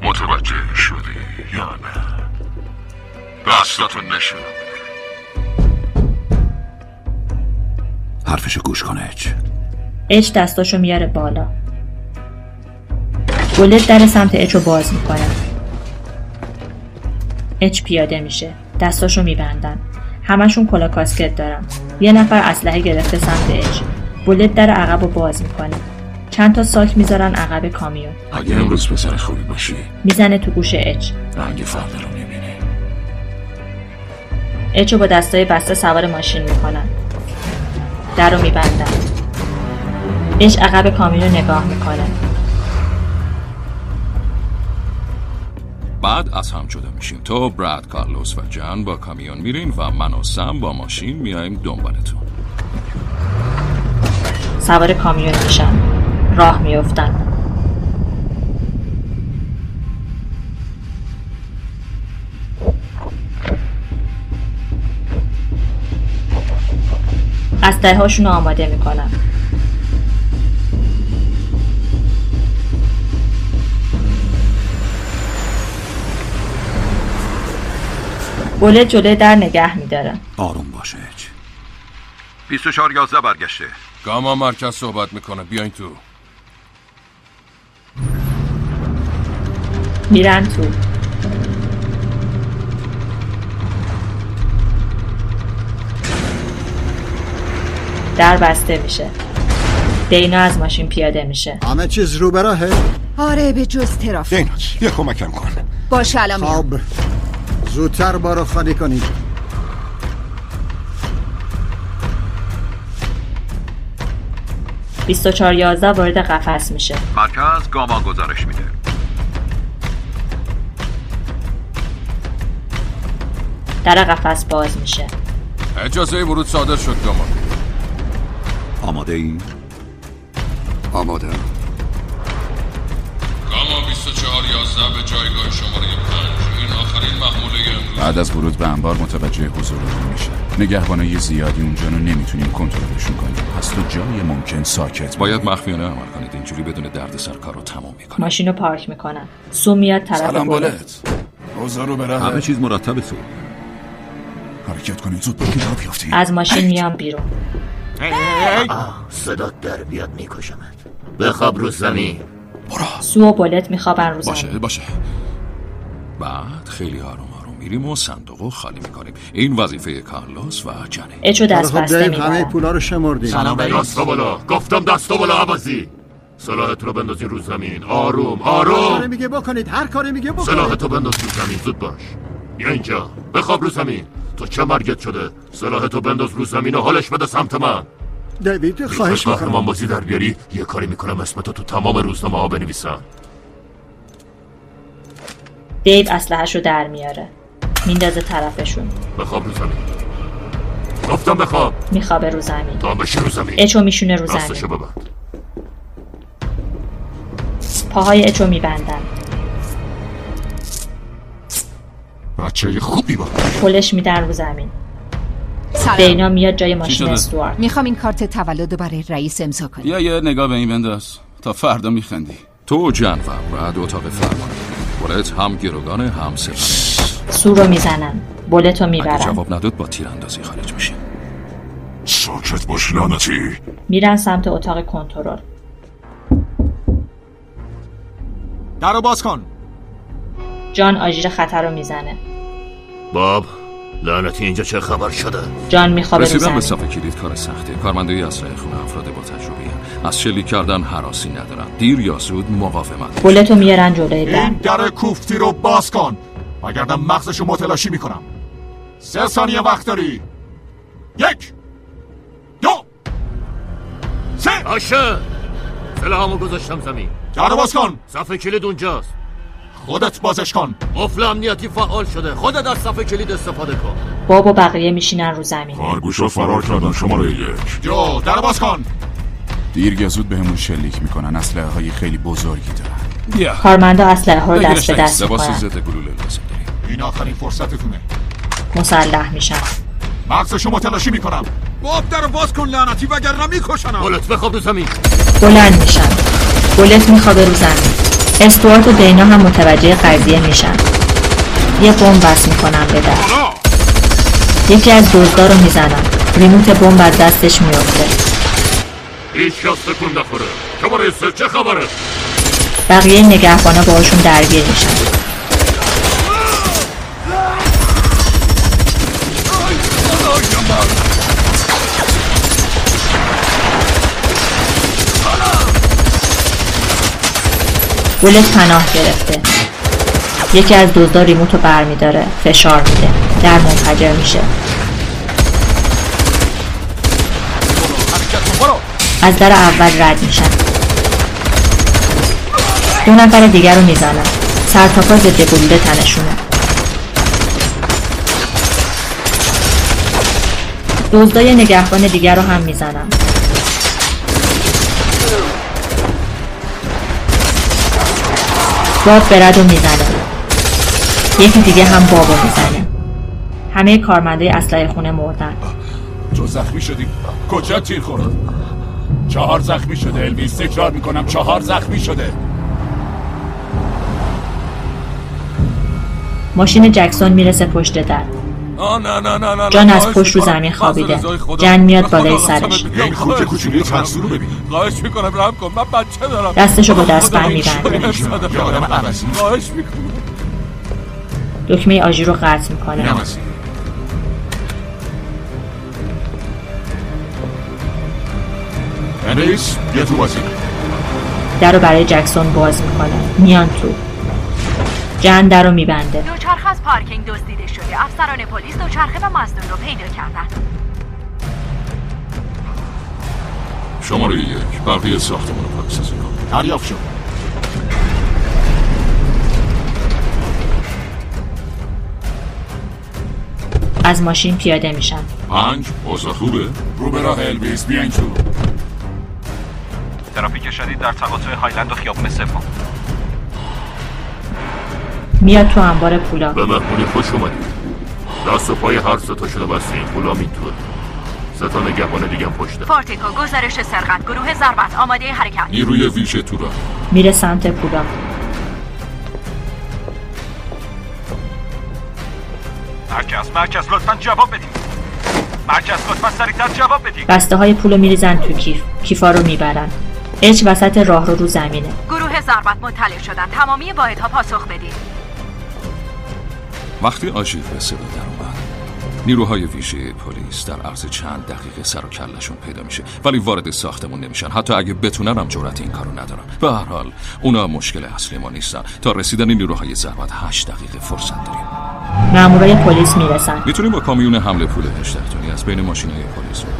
متوجه شدی یا نه دستاتو نشون حرفشو گوش کن اچ اچ دستاشو میاره بالا بولت در سمت اچ رو باز میکنه اچ پیاده میشه دستاشو میبندن همشون کلا کاسکت دارن یه نفر اسلحه گرفته سمت اچ بولت در عقب رو باز میکنه چند تا ساک میذارن عقب کامیون اگه امروز پسر خوبی باشی میزنه تو گوش اچ رنگ فردا رو میبینی اچ رو با دستای بسته سوار ماشین میکنن در رو میبندن اچ عقب کامیون رو نگاه میکنه بعد از هم جدا میشیم تو براد کارلوس و جان با کامیون میرین و من و سم با ماشین میایم دنبالتون سوار کامیون میشن راه میفتن اسلحه هاشون رو آماده میکنن بله جلوی در نگه میداره آروم باشه اچ 24 11 برگشته گاما مرکز صحبت میکنه بیاین تو میرن تو در بسته میشه دینا از ماشین پیاده میشه همه چیز رو براهه آره به جز ترافیک دینا یه کمکم کن باشه خب. الان میام. آب خب. زودتر بارو خالی کنید 2411 وارد قفس میشه مرکز گاما گزارش میده در قفس باز میشه اجازه ورود صادر شد گاما آماده ای؟ آماده گاما 2411 به جایگاه شماره 5 این آخرین محموله امروز بعد از ورود به انبار متوجه حضورمون میشه نگهبانای زیادی اونجا رو نمیتونیم کنترلشون کنیم پس تو جای ممکن ساکت باید مخفیانه عمل کنید اینجوری بدون دردسر کارو تمام میکنه ماشین رو پارک میکنن سو میاد طرف سلام بلند. بلت اوضاع رو بره همه چیز مرتب سو حرکت کنید زود بگید را بیافتی از ماشین میام بیرون آه، صدات در بیاد میکشمت بخواب رو زمین سو و بولت میخوابن رو زمین. باشه باشه بعد خیلی آروم آروم میریم و صندوق رو خالی میکنیم این وظیفه کارلوس و جنه اچو دست حالا خب بسته دیو میبرن همه پولا رو شمردیم دست بالا گفتم دست بالا عوضی سلاحت رو بندازی رو زمین آروم آروم کاری میگه بکنید هر کاری میگه سلاح بکنید تو بنداز رو زمین زود باش بیا اینجا بخواب رو زمین تو چه مرگت شده سلاح تو بنداز رو زمین و حالش بده سمت من دیوید خواهش میخوای قهرمان میکنم بازی در بیاری یه کاری میکنم اسمتو تو تمام روزنامه ها بنویسن دیو اسلحهش رو در میاره میندازه طرفشون بخواب رو زمین گفتم بخواب میخوابه رو زمین تو هم بشی رو زمین اچو میشونه رو زمین راستشو ببند پاهای اچو میبندن بچه خوبی با پلش میدن رو زمین سلام دینا میاد جای ماشین شده؟ استوارت میخوام این کارت تولد رو برای رئیس امضا کنی یا یه نگاه به این بنداز تا فردا میخندی تو جن و امرد اتاق فرمان بولت هم گروگان هم سپنه سو رو میزنن بولت رو اگه میبرن جواب نداد با تیراندازی خارج میشه ساکت باش لعنتی میرن سمت اتاق کنترل در رو باز کن جان آژیر خطر رو میزنه باب لعنتی اینجا چه خبر شده جان میخوابه رو رسیدن زمین به صف کلید کار سخته کارمندای اسرائیل خونه افراد با تجربه از شلیک کردن حراسی ندارن دیر یا زود مقاومت بولت رو میارن جلوی در این در آره، کوفتی رو باز کن وگرنه مغزشو متلاشی میکنم سه ثانیه وقت داری یک دو سه باشه سلاحامو گذاشتم زمین در رو باز کن صفحه کلید اونجاست خودت بازش کن قفل امنیتی فعال شده خودت از صفحه کلید استفاده کن باب و بقیه میشینن رو زمین خارگوشا فرار کردن شماره یک دو در رو باز کن دیر یا زود بهمون شلیک میکنن اسلحه های خیلی بزرگی دارن کارمندا اسلحه ها رو دست به دست لباس میکنن ضد گلوله لازم داری این آخرین فرصتتونه مسلح میشن مغزشو متلاشی میکنم باب در باز کن لعنتی وگرنه میکشنم بولت بخواب رو زمین بلند میشن بولت میخوابه رو زمین استوارت و دینا هم متوجه قضیه میشن یه بمب بس میکنن به در یکی از دزدا رو میزنن ریموت بمب از دستش میفته هیچ کس تکون نخوره شماره سه چه خبره بقیه نگهبانا باهاشون درگیر میشن بولت پناه گرفته یکی از دزدا ریموت رو برمیداره فشار میده در منفجر میشه از در اول رد میشن دو نفر دیگر رو میزنن سرتاپا ضد گلوله تنشونه دزدای نگهبان دیگر رو هم میزنن باب برد و میزنه یکی دیگه هم بابو میزنه همه کارمندای اسلحه خونه مردن تو زخمی شدی کجا تیر خورد چهار زخمی شده الویس تکرار میکنم چهار زخمی شده ماشین جکسون میرسه پشت در آه نه نه نه نه جان نه، از خواهش پشت رو می‌کنم. زمین محض خوابیده رضای خدا. جن میاد خدا بالای قسمت سرش می‌کنم. این کوچه کوچولی ترسو رو ببین خواهش میکنم رحم کن من بچه دارم دستشو با دستبند خدا، این می‌بنده. شوهر صادق. یه آدم عوضی خواهش میکنم دکمه آژی رو قطع میکنه عوضی انریس یه تو بازی در رو برای جکسون باز میکنه میان تو جن در رو میبنده دوچرخه از پارکینگ دزدیده شده افسران پلیس دوچرخه و مزدون رو پیدا کردن شماره یک بقیه ساختمان رو پاکسازی کن دریافت شد از ماشین پیاده میشم پنج اوضاع خوبه رو به راه الویس بیاین تو ترافیک شدید در تقاطع هایلند و خیابون سوم میاد تو انبار پولا به مهمونی خوش اومدید دست و پای هر ستاشون رو بسته این پولا میتون سه تا نگهبان دیگه هم پشته فورتیکو گزارش سرقت گروه ضربت آماده حرکت نیروی ویژه تو راه میره سمت پولا مرکز مرکز لطفا جواب بدید مرکز لطفا سریعتر جواب بدید بسته های پولو میریزن تو کیف کیفا رو میبرن اچ وسط راه رو رو زمینه گروه ضربت مطلع شدن تمامی واحدها پاسخ بدید وقتی آژیر به صدا در اومد نیروهای ویژه پلیس در عرض چند دقیقه سر و کلشون پیدا میشه ولی وارد ساختمون نمیشن حتی اگه بتونن هم جرأت این کارو ندارن به هر حال اونا مشکل اصلی ما نیستن تا رسیدن این نیروهای ضربت 8 دقیقه فرصت داریم مامورای پلیس میرسن میتونیم با کامیون حمله پول 18 تنی از بین ماشینای پلیس عبور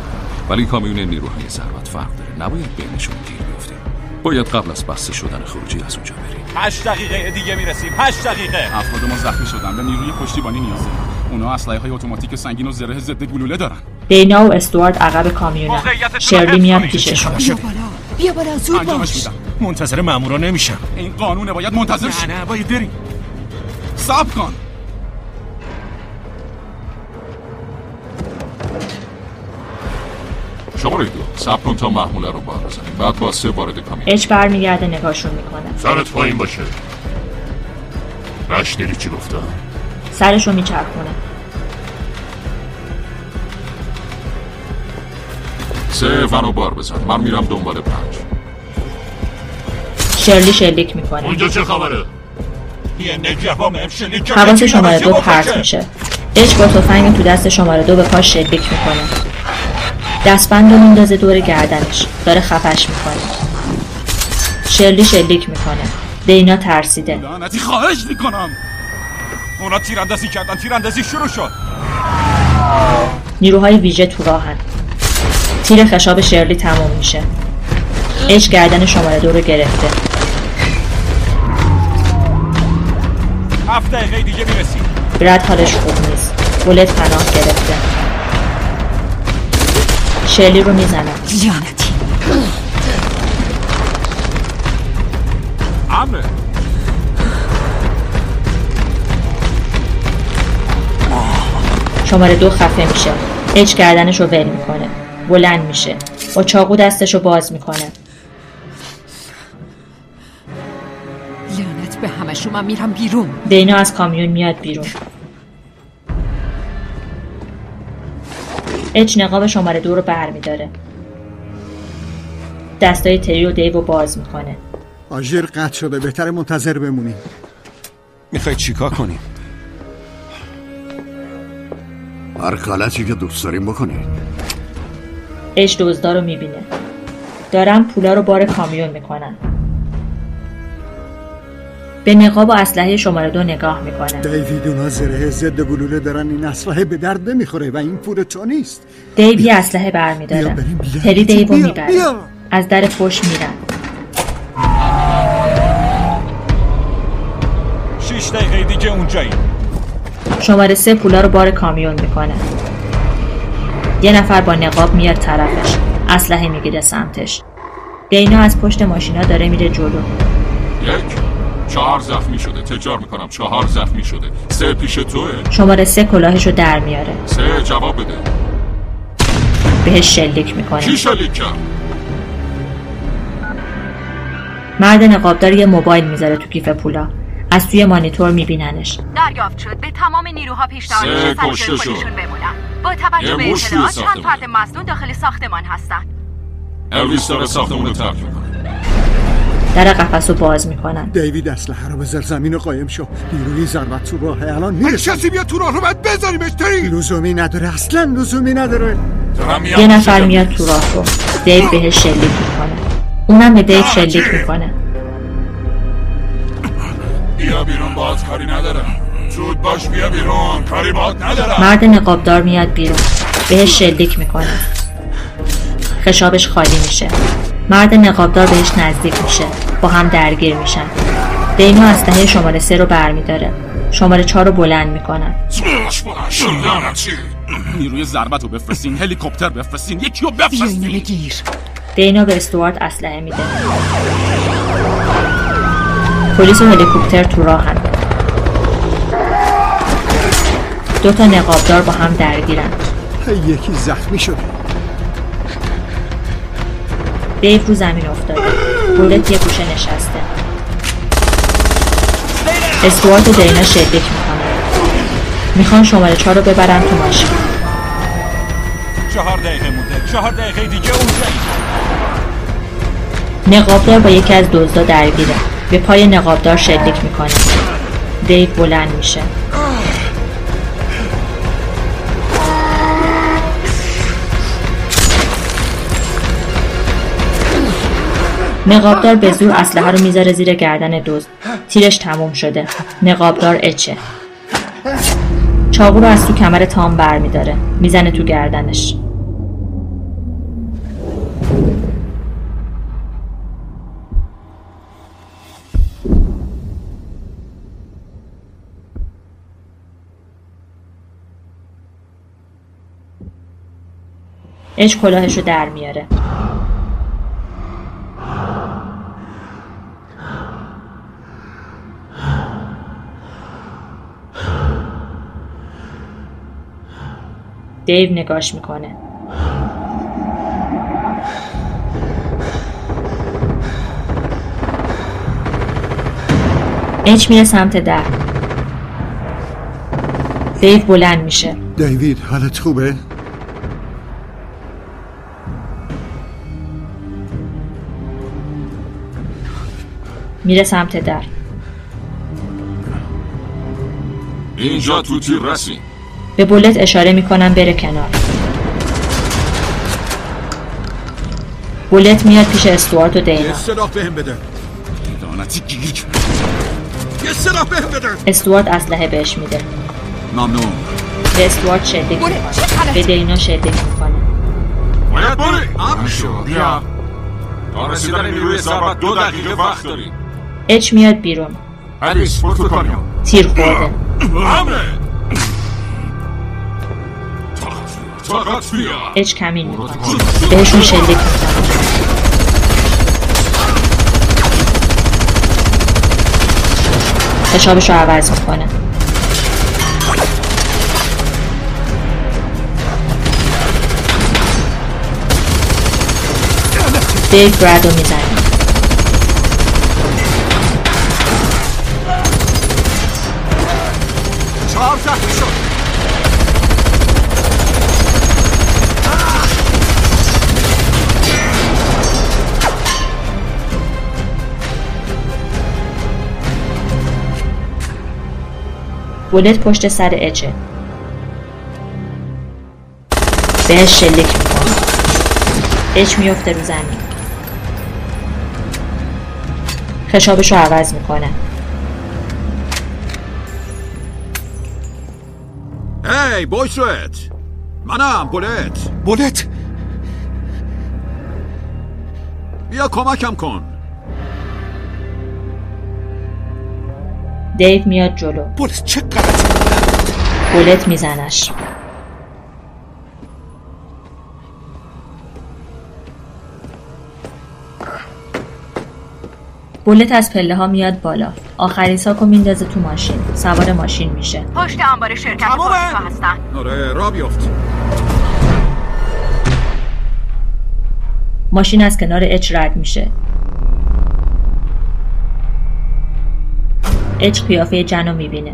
ولی کامیون نیروهای ضربت فرق داره نباید بینشون گیر بیفتیم باید قبل از بسته شدن خروجی از اونجا بریم 8 دقیقه دیگه میرسیم 8 دقیقه افراد ما زخمی شدن به نیروی پشتیبانی نیازه اونا اسلحه های اتوماتیک سنگین و زره ضد گلوله دارن دینا و استوارت عقب کامیونه شرلی میاد پیششون بیا بالا بیا بالا زود انجامش باش میدم منتظر مامورا نمیشم این قانونه باید منتظر شی نه باید بریم صبر کن شماره دو سب کن تا محموله رو بار بزنیم بعد با سه وارد کامیون اچ برمیگرده نگاهشون میکنه سرت پایین باشه نشنیدی چی گفتم سرشو میچرخونه سه ونو بار بزن من میرم دنبال پنج شرلی شلیک میکنه اونجا چه خبره یه نگهبان بهم شلیک کرد. حواس شماره دو پرت میشه اچ با تفنگ تو دست شماره دو به پاش شلیک میکنه دستبند رو میندازه دور گردنش داره خفش میکنه شرلی شلیک میکنه دینا ترسیده لعنتی خواهش میکنم اونا تیراندازی کردن تیراندازی شروع شد نیروهای ویژه تو راهن تیر خشاب شرلی تموم میشه اش گردن شماره دو رو گرفته هفت دقیقه دیگه میرسیم برد حالش خوب نیست بولت پناه گرفته شرلی رو میزنه دیانتی امره شماره دو خفه میشه اچ گردنش رو ول میکنه بلند میشه با چاقو دستش رو باز میکنه لعنت به همشون من میرم بیرون دینا از کامیون میاد بیرون اچ نقاب شماره دو رو برمیداره دستای تری و دیو رو باز میکنه آژیر قطع شده بهتر منتظر بمونیم میخوای چیکار کنیم هر غلطی که دوست داریم بکنید اچ دزدا رو میبینه دارن پولا رو بار کامیون میکنن به نقاب و اسلحه شماره دو نگاه میکنه دیوید اونا زره ضد گلوله دارن این اسلحه به درد نمیخوره و این پول تو نیست دیو یه اسلحه برمیداره تری دیو رو میبره از در پشت میرن شیش دقیقه دیگه اونجایی شماره سه پولا رو بار کامیون میکنه یه نفر با نقاب میاد طرفش اسلحه میگیره سمتش دینا از پشت ماشینا داره میره جلو یک چهار زخمی شده تکرار میکنم چهار زخمی شده سه پیش توه شماره سه کلاهش رو در میاره سه جواب بده بهش شلیک میکنه کی شلیک کرد مرد نقابدار یه موبایل میذاره تو کیف پولا از توی مانیتور میبیننش دریافت شد به تمام نیروها پیشنهاد سه میشه کشته سرکل شد. خودشون بمونن با توجه یه به مشت توی اطلاعات چند ساختمونه. فرد مصدوم داخل ساختمان هستند الویس داره ساختمون رو ترک میکنه در قفس رو باز میکنن دیوید اسلحه رو بذار زمین و قایم شو نیروی ضربت تو راه الان میرسه کسی بیا تو راه رو باید بذاریمش تری لزومی نداره اصلا لزومی نداره یه نفر میاد تو راه رو دیو بهش شلیک میکنه اونم به دیو شلیک میکنه بیا بیرون باز کاری ندارم زود باش بیا بیرون کاری باید ندارم مرد نقابدار میاد بیرون بهش شلیک میکنه خشابش خالی میشه مرد نقابدار بهش نزدیک میشه با هم درگیر میشن دینا اسلحه شماره سه رو برمیداره شماره چهار رو بلند میکنن نیروی ضربت رو بفرستین هلیکوپتر بفرستین یکی رو بفرستین بگیر دینا به استوارت اسلحه میده پلیس و هلیکوپتر تو راهن دو تا نقابدار با هم درگیرن هی، یکی زخمی شده دیو رو زمین افتاده بولت یه گوشه نشسته استوارت و دینا شلیک میکنن میخوان شماره چهار رو ببرن تو ماشین چهار دقیقه مونده چهار دقیقه دیگه اونجا نقابدار با یکی از دزدا درگیره به پای نقابدار شلیک میکنه دیو بلند میشه نقابدار به زور اسلحه رو میذاره زیر گردن دزد تیرش تموم شده نقابدار اچه چاقو رو از تو کمر تام برمیداره میزنه تو گردنش اچ کلاهش رو در میاره دیو نگاش میکنه اچ میره سمت در دیو بلند میشه دیوید حالت خوبه؟ میره سمت در اینجا تو تیر رسی به بولت اشاره میکنم بره کنار بولت میاد پیش استوارت و دینا سلاح بهم بده لعنتی گیر کن. یه سلاح بهم بده استوارت اسلحه بهش میده ممنون به استوارت شلیک میکنه به دینا شلیک میکنه باید بری امن شو بیا تا رسیدن نیروی ضربت دو دقیقه وقت داری اچ میاد بیرون الیس فرتو کانیو تیر خورده امنه فقط بیا اچ کمین میکنه بهشون شلیک میکنه خشابش رو عوض میکنه دیو برد رو میزنه چهار زخمی شد بولت پشت سر اچه بهش شلیک میکنه اچ میفته رو زمین خشابش رو عوض میکنه هی بویسویت منم بولت بولت بیا کمکم کن دیو میاد جلو بولت چه غلطی بولت میزنش بولت از پله ها میاد بالا آخرین ساکو میندازه تو ماشین سوار ماشین میشه پشت انبار شرکت فروشگاه هستن آره را بیفت ماشین از کنار اچ رد میشه اچ قیافه جن رو میبینه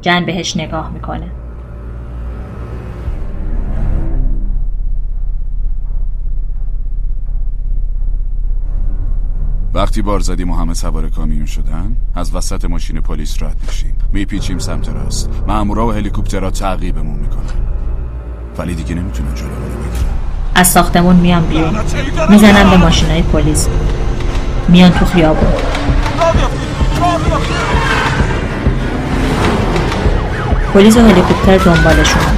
جن بهش نگاه میکنه وقتی بار زدیم و همه سوار کامیون شدن از وسط ماشین پلیس رد میشیم میپیچیم سمت راست مامورا و هلیکوپترها تعقیبمون میکنن ولی دیگه نمیتونن جلومون رو بگیرن از ساختمون میان بیرون میزنن به ماشینای پلیس میان تو خیابون پلیس و هلیکوپتر دنبالشونن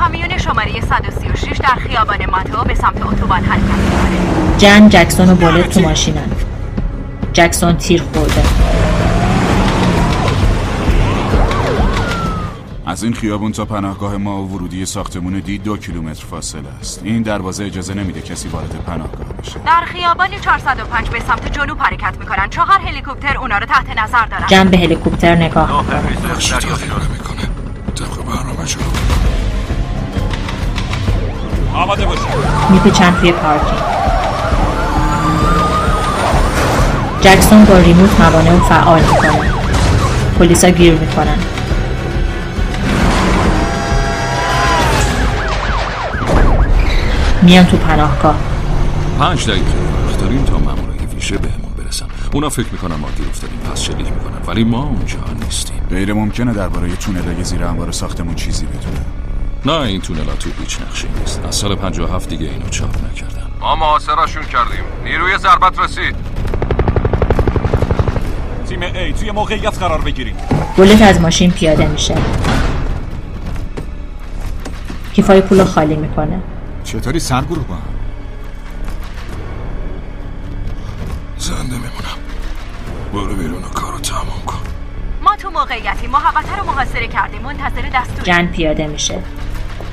کامیون شماره 136 در خیابان ماتو به سمت اتوبان حرکت میکنه جن جکسون و بولت تو ماشینن جکسون تیر خورده از این خیابون تا پناهگاه ما و ورودی ساختمون دی دو کیلومتر فاصله است این دروازه اجازه نمیده کسی وارد پناهگاه بشه در خیابان 405 به سمت جنوب حرکت میکنن چهار هلیکوپتر اونا رو تحت نظر دارن جن به هلیکوپتر نگاه بخش تغییر میکنه طبق برنامه شما آماده باشید میپیچن توی پارکینگ جکسون با ریموت موانع رو فعال میکنه پلیسا گیر میکنن میان تو پناهگاه پنج دقیقه وقت داریم تا مامورای ویژه بهمون برسن اونا فکر میکنن ما دیر افتادیم پس شلیک میکنن ولی ما اونجا نیستیم غیر ممکنه درباره تونلای زیر انبار ساختمون چیزی بدونم نه این تونلا تو هیچ نقشه نیست از سال 57 دیگه اینو چاپ نکردن ما محاصرشون کردیم نیروی ضربت رسید تیم A توی موقعیت قرار بگیرید بولت از ماشین پیاده میشه کیفای پول رو خالی میکنه چطوری سرگروه با هم؟ زنده میمونم برو بیرون و کارو تمام کن ما تو موقعیتی محوطه رو محاصره کردیم منتظر دستور جن پیاده میشه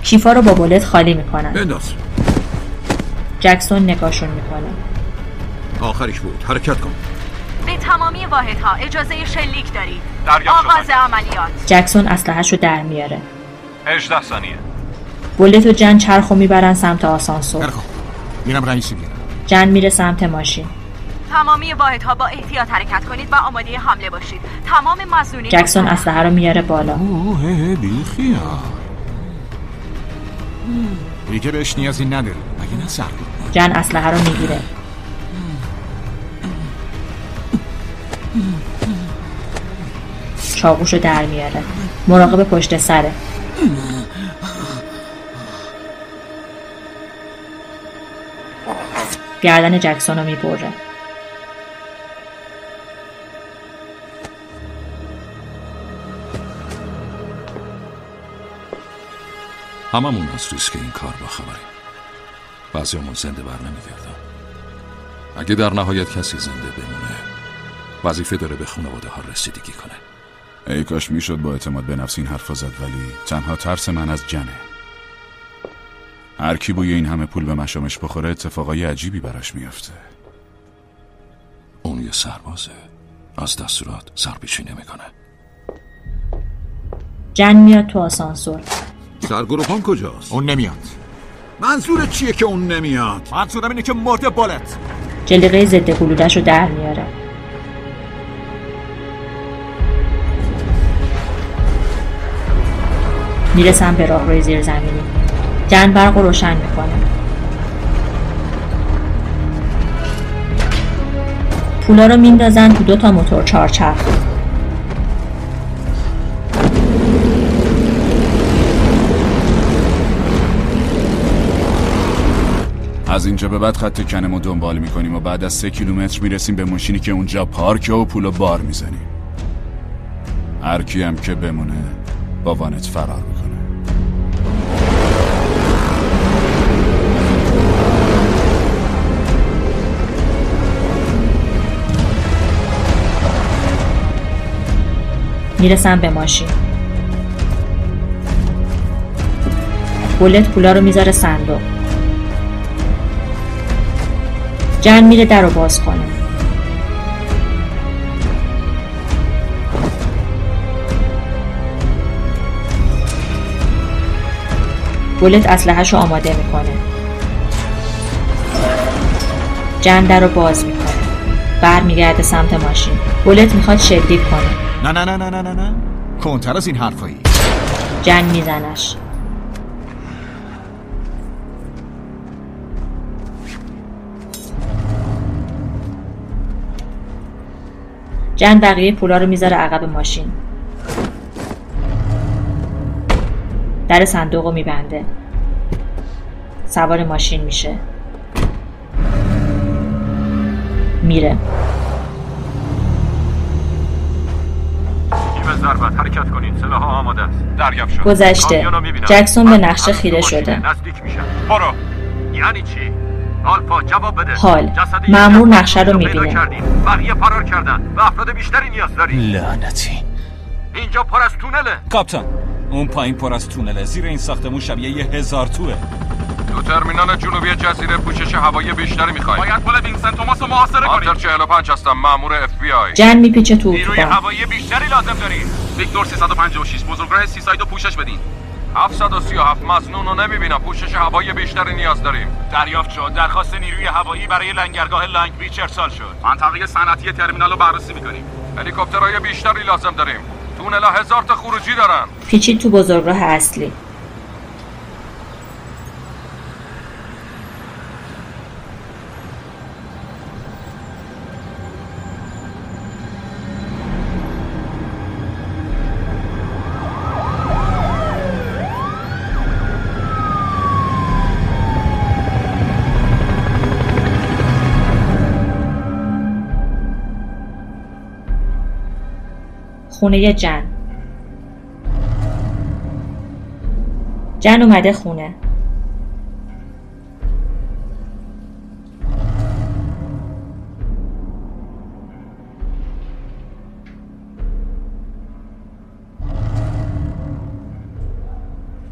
کیفا رو با بولت خالی میکنن بنداز جکسون نگاهشون میکنه آخرش بود حرکت کن به تمامی واحدها اجازه شلیک دارید دریافت آغاز عملیات جکسون اسلحهش رو در میاره 18 ثانیه بولت و جن چرخ رو میبرن سمت آسانسور میرم رئیسی بیارم جن میره سمت ماشین تمامی واحدها با احتیاط حرکت کنید و آماده حمله باشید تمام مزنونین جکسون اسلحه رو میاره بالا اوه هه بیخیا دیگه بهش نیازی نداری مگه نه سرگروه جن اسلحه رو میگیره چاقوش رو در میاره مراقب پشت سره گردن جکسون رو میبره هممون از ریسک این کار با خبریم بعضیامون زنده بر نمیگردن اگه در نهایت کسی زنده بمونه وظیفه داره به خانواده ها رسیدگی کنه ای کاش میشد با اعتماد به نفس این حرفا زد ولی تنها ترس من از جنه هر کی بوی این همه پول به مشامش بخوره اتفاقای عجیبی براش میافته اون یه سربازه از دستورات سرپیچی نمیکنه جن میاد تو آسانسور سرگروهان کجاست اون نمیاد منظور چیه که اون نمیاد منظورم اینه که مرده بالت جلیقه ضد گلولهش رو در میاره میرسم به راهروی زیرزمینی جن برق رو روشن میکنه پولا رو میندازن تو دو تا موتور چهارچرخ از اینجا به بعد خط کنم رو دنبال میکنیم و بعد از سه کیلومتر میرسیم به ماشینی که اونجا پارکه و پول و بار میزنیم هر کی هم که بمونه با وانت فرار میکنه میرسم به ماشین بولت پولا رو میذاره صندوق جن میره در رو باز کنه بولت اسلحهش رو آماده میکنه جن در رو باز میکنه برمیگرده سمت ماشین بولت میخواد شلیک کنه نه نه نه نه نه نه نه کنتر از این حرفایی جن میزنش جن بقیه پولا رو میذاره عقب ماشین در صندوق رو میبنده سوار ماشین میشه میره به ضربت حرکت کنید سلاح ها آماده است دریافت شد گذشته کامیون رو می‌بینم. جکسون به من نقشه هنوز خیره تو ماشینه. شده نزدیک میشم برو یعنی چی آلفا جواب بده حال جسد یک مامور نفر نقشه رو اینجا پیدا میبینه کردین بقیه فرار کردن و افراد بیشتری نیاز داریم لعنتی اینجا پر از تونله کاپتان اون پایین پر از تونله زیر این ساختمون شبیه یه هزار توه دو ترمینال جنوبی جزیره پوشش هوایی بیشتری میخوایم باید پل وینسنت توماس رو محاصره کنیم آنتر 45 هستم مامور اف بی آی جن میپیچه تو نیروی اتوبان هوایی بیشتری لازم داریم ویکتور 356 بزرگراه سیساید رو پوشش بدین 737 مزنون رو نمیبینم پوشش هوایی بیشتری نیاز داریم دریافت شد درخواست نیروی هوایی برای لنگرگاه لنگ بیچ ارسال شد منطقه صنعتی ترمینال رو بررسی میکنیم هلیکوپترهای بیشتری لازم داریم تونل هزار تا خروجی دارن پیچید تو بزرگراه اصلی خونه جن جن اومده خونه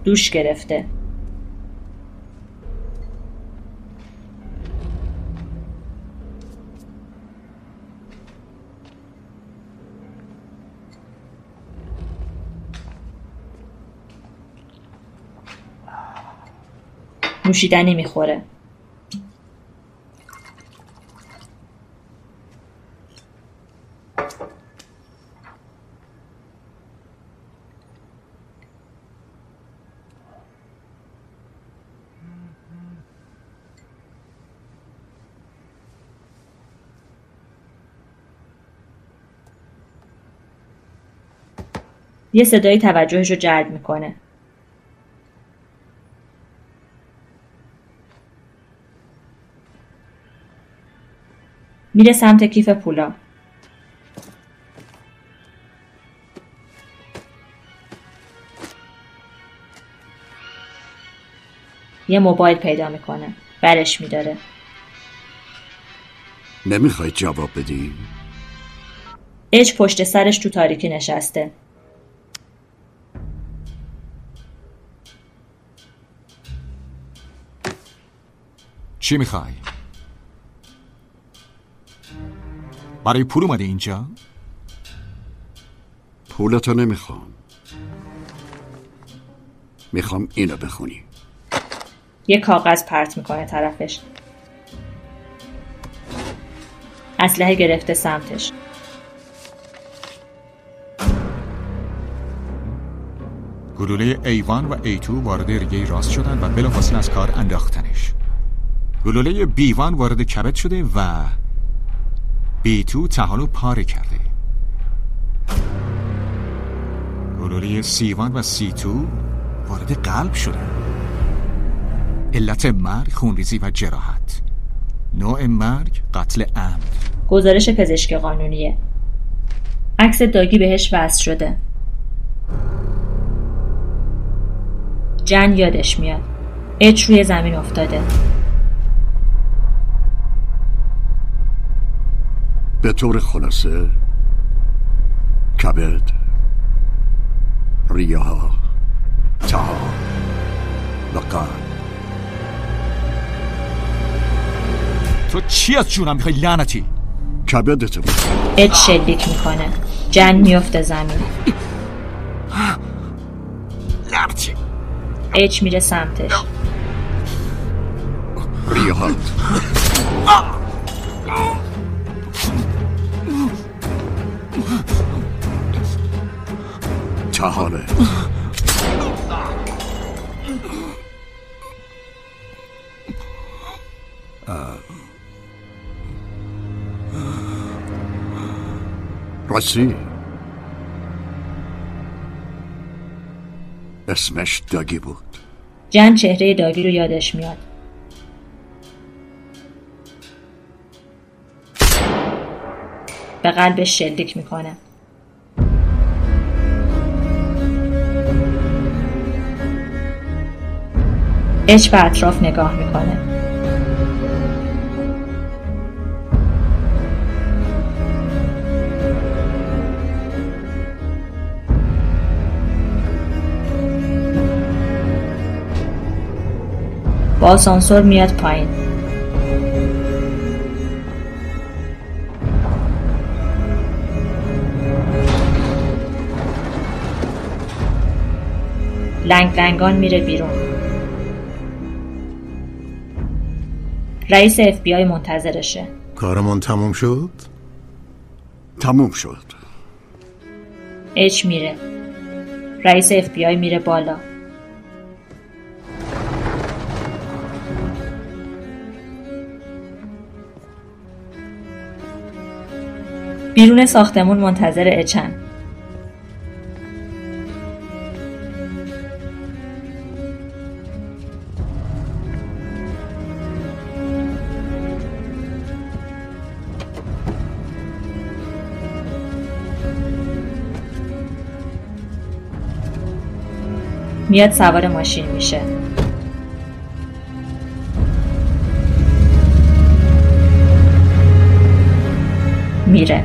دوش گرفته نوشیدنی میخوره یه صدایی توجهش رو جلب میکنه میره سمت کیف پولا یه موبایل پیدا میکنه برش میداره نمیخواید جواب بدی؟ اج پشت سرش تو تاریکی نشسته چی میخوای؟ برای پول اومده اینجا؟ پولتو نمیخوام میخوام اینو بخونی یه کاغذ پرت میکنه طرفش اسلحه گرفته سمتش گلوله A1 و A2 وارد ریگه راست شدن و بلافاصله از کار انداختنش گلوله B1 وارد کبد شده و B2 تحال رو پاره کرده گلوله C1 و C2 وارد قلب شده علت مرگ خونریزی و جراحت نوع مرگ قتل عمد گزارش پزشک قانونیه عکس داگی بهش وصل شده جن یادش میاد اچ روی زمین افتاده به طور خلاصه کبد ریه ها تها و قلب تو چی از جونم میخوای لعنتی؟ کبدتو بخور. اچ شلیک میکنه جن میفته زمین لعنتی اچ میره سمتش ریه ها تحاله اه. راستی اسمش داگی بود جن چهره داگی رو یادش میاد به قلبش شلیک میکنه اچ به اطراف نگاه میکنه با آسانسور میاد پایین لنگ لنگان میره بیرون رئیس اف بی آی منتظرشه کارمون تموم شد؟ تموم شد اچ میره رئیس اف بی آی میره بالا بیرون ساختمون منتظر اچن میاد سوار ماشین میشه میره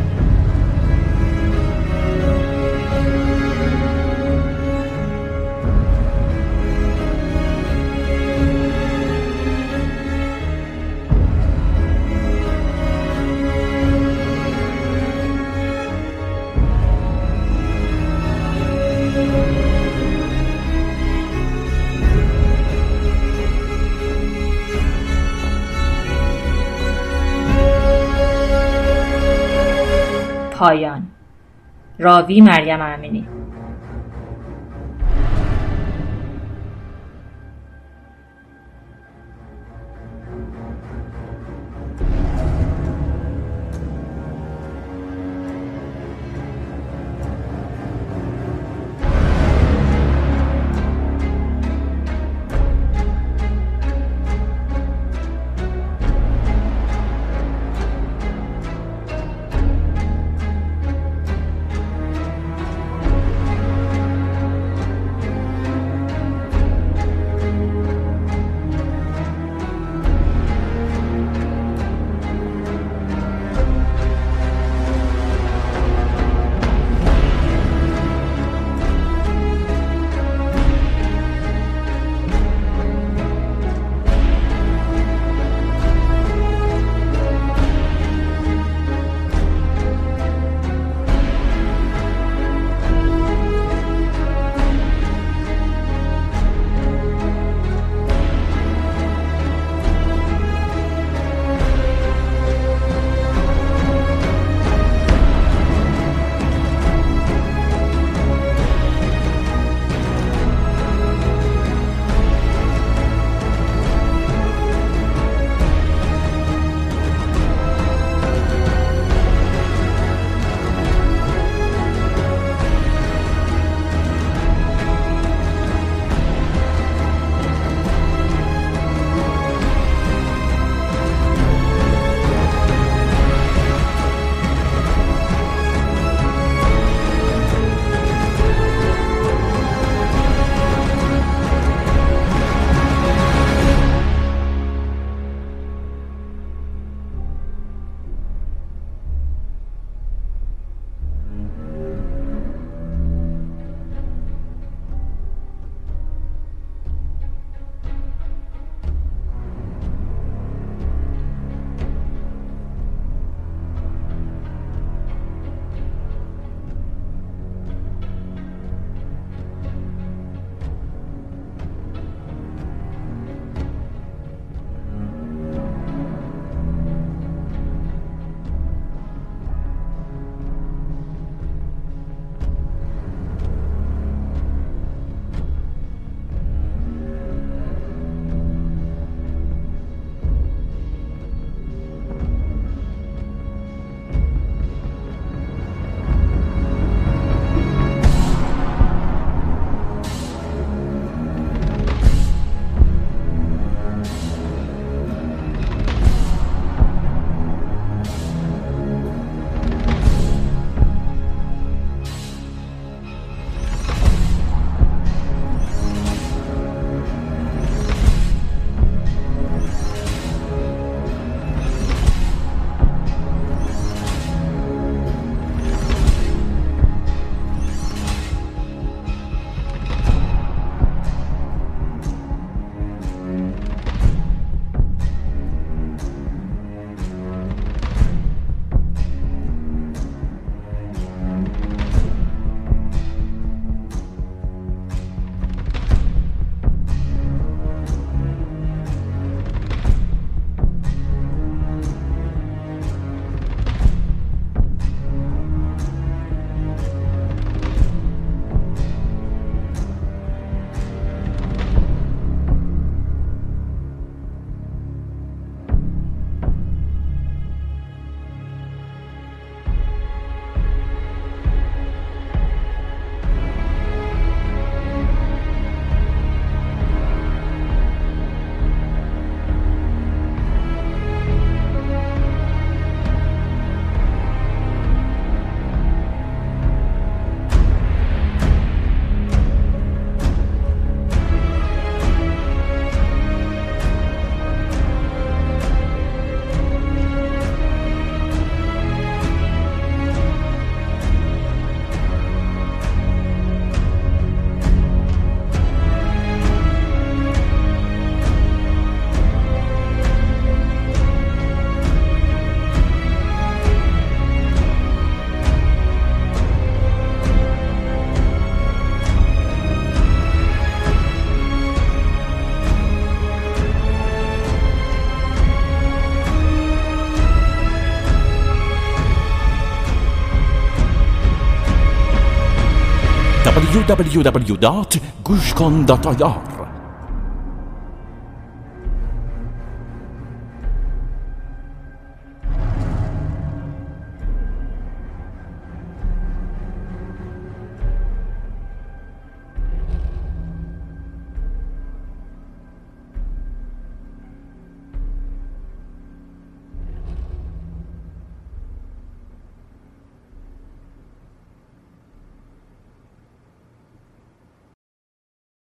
پایان راوی مریم امینی www.gushkon.ir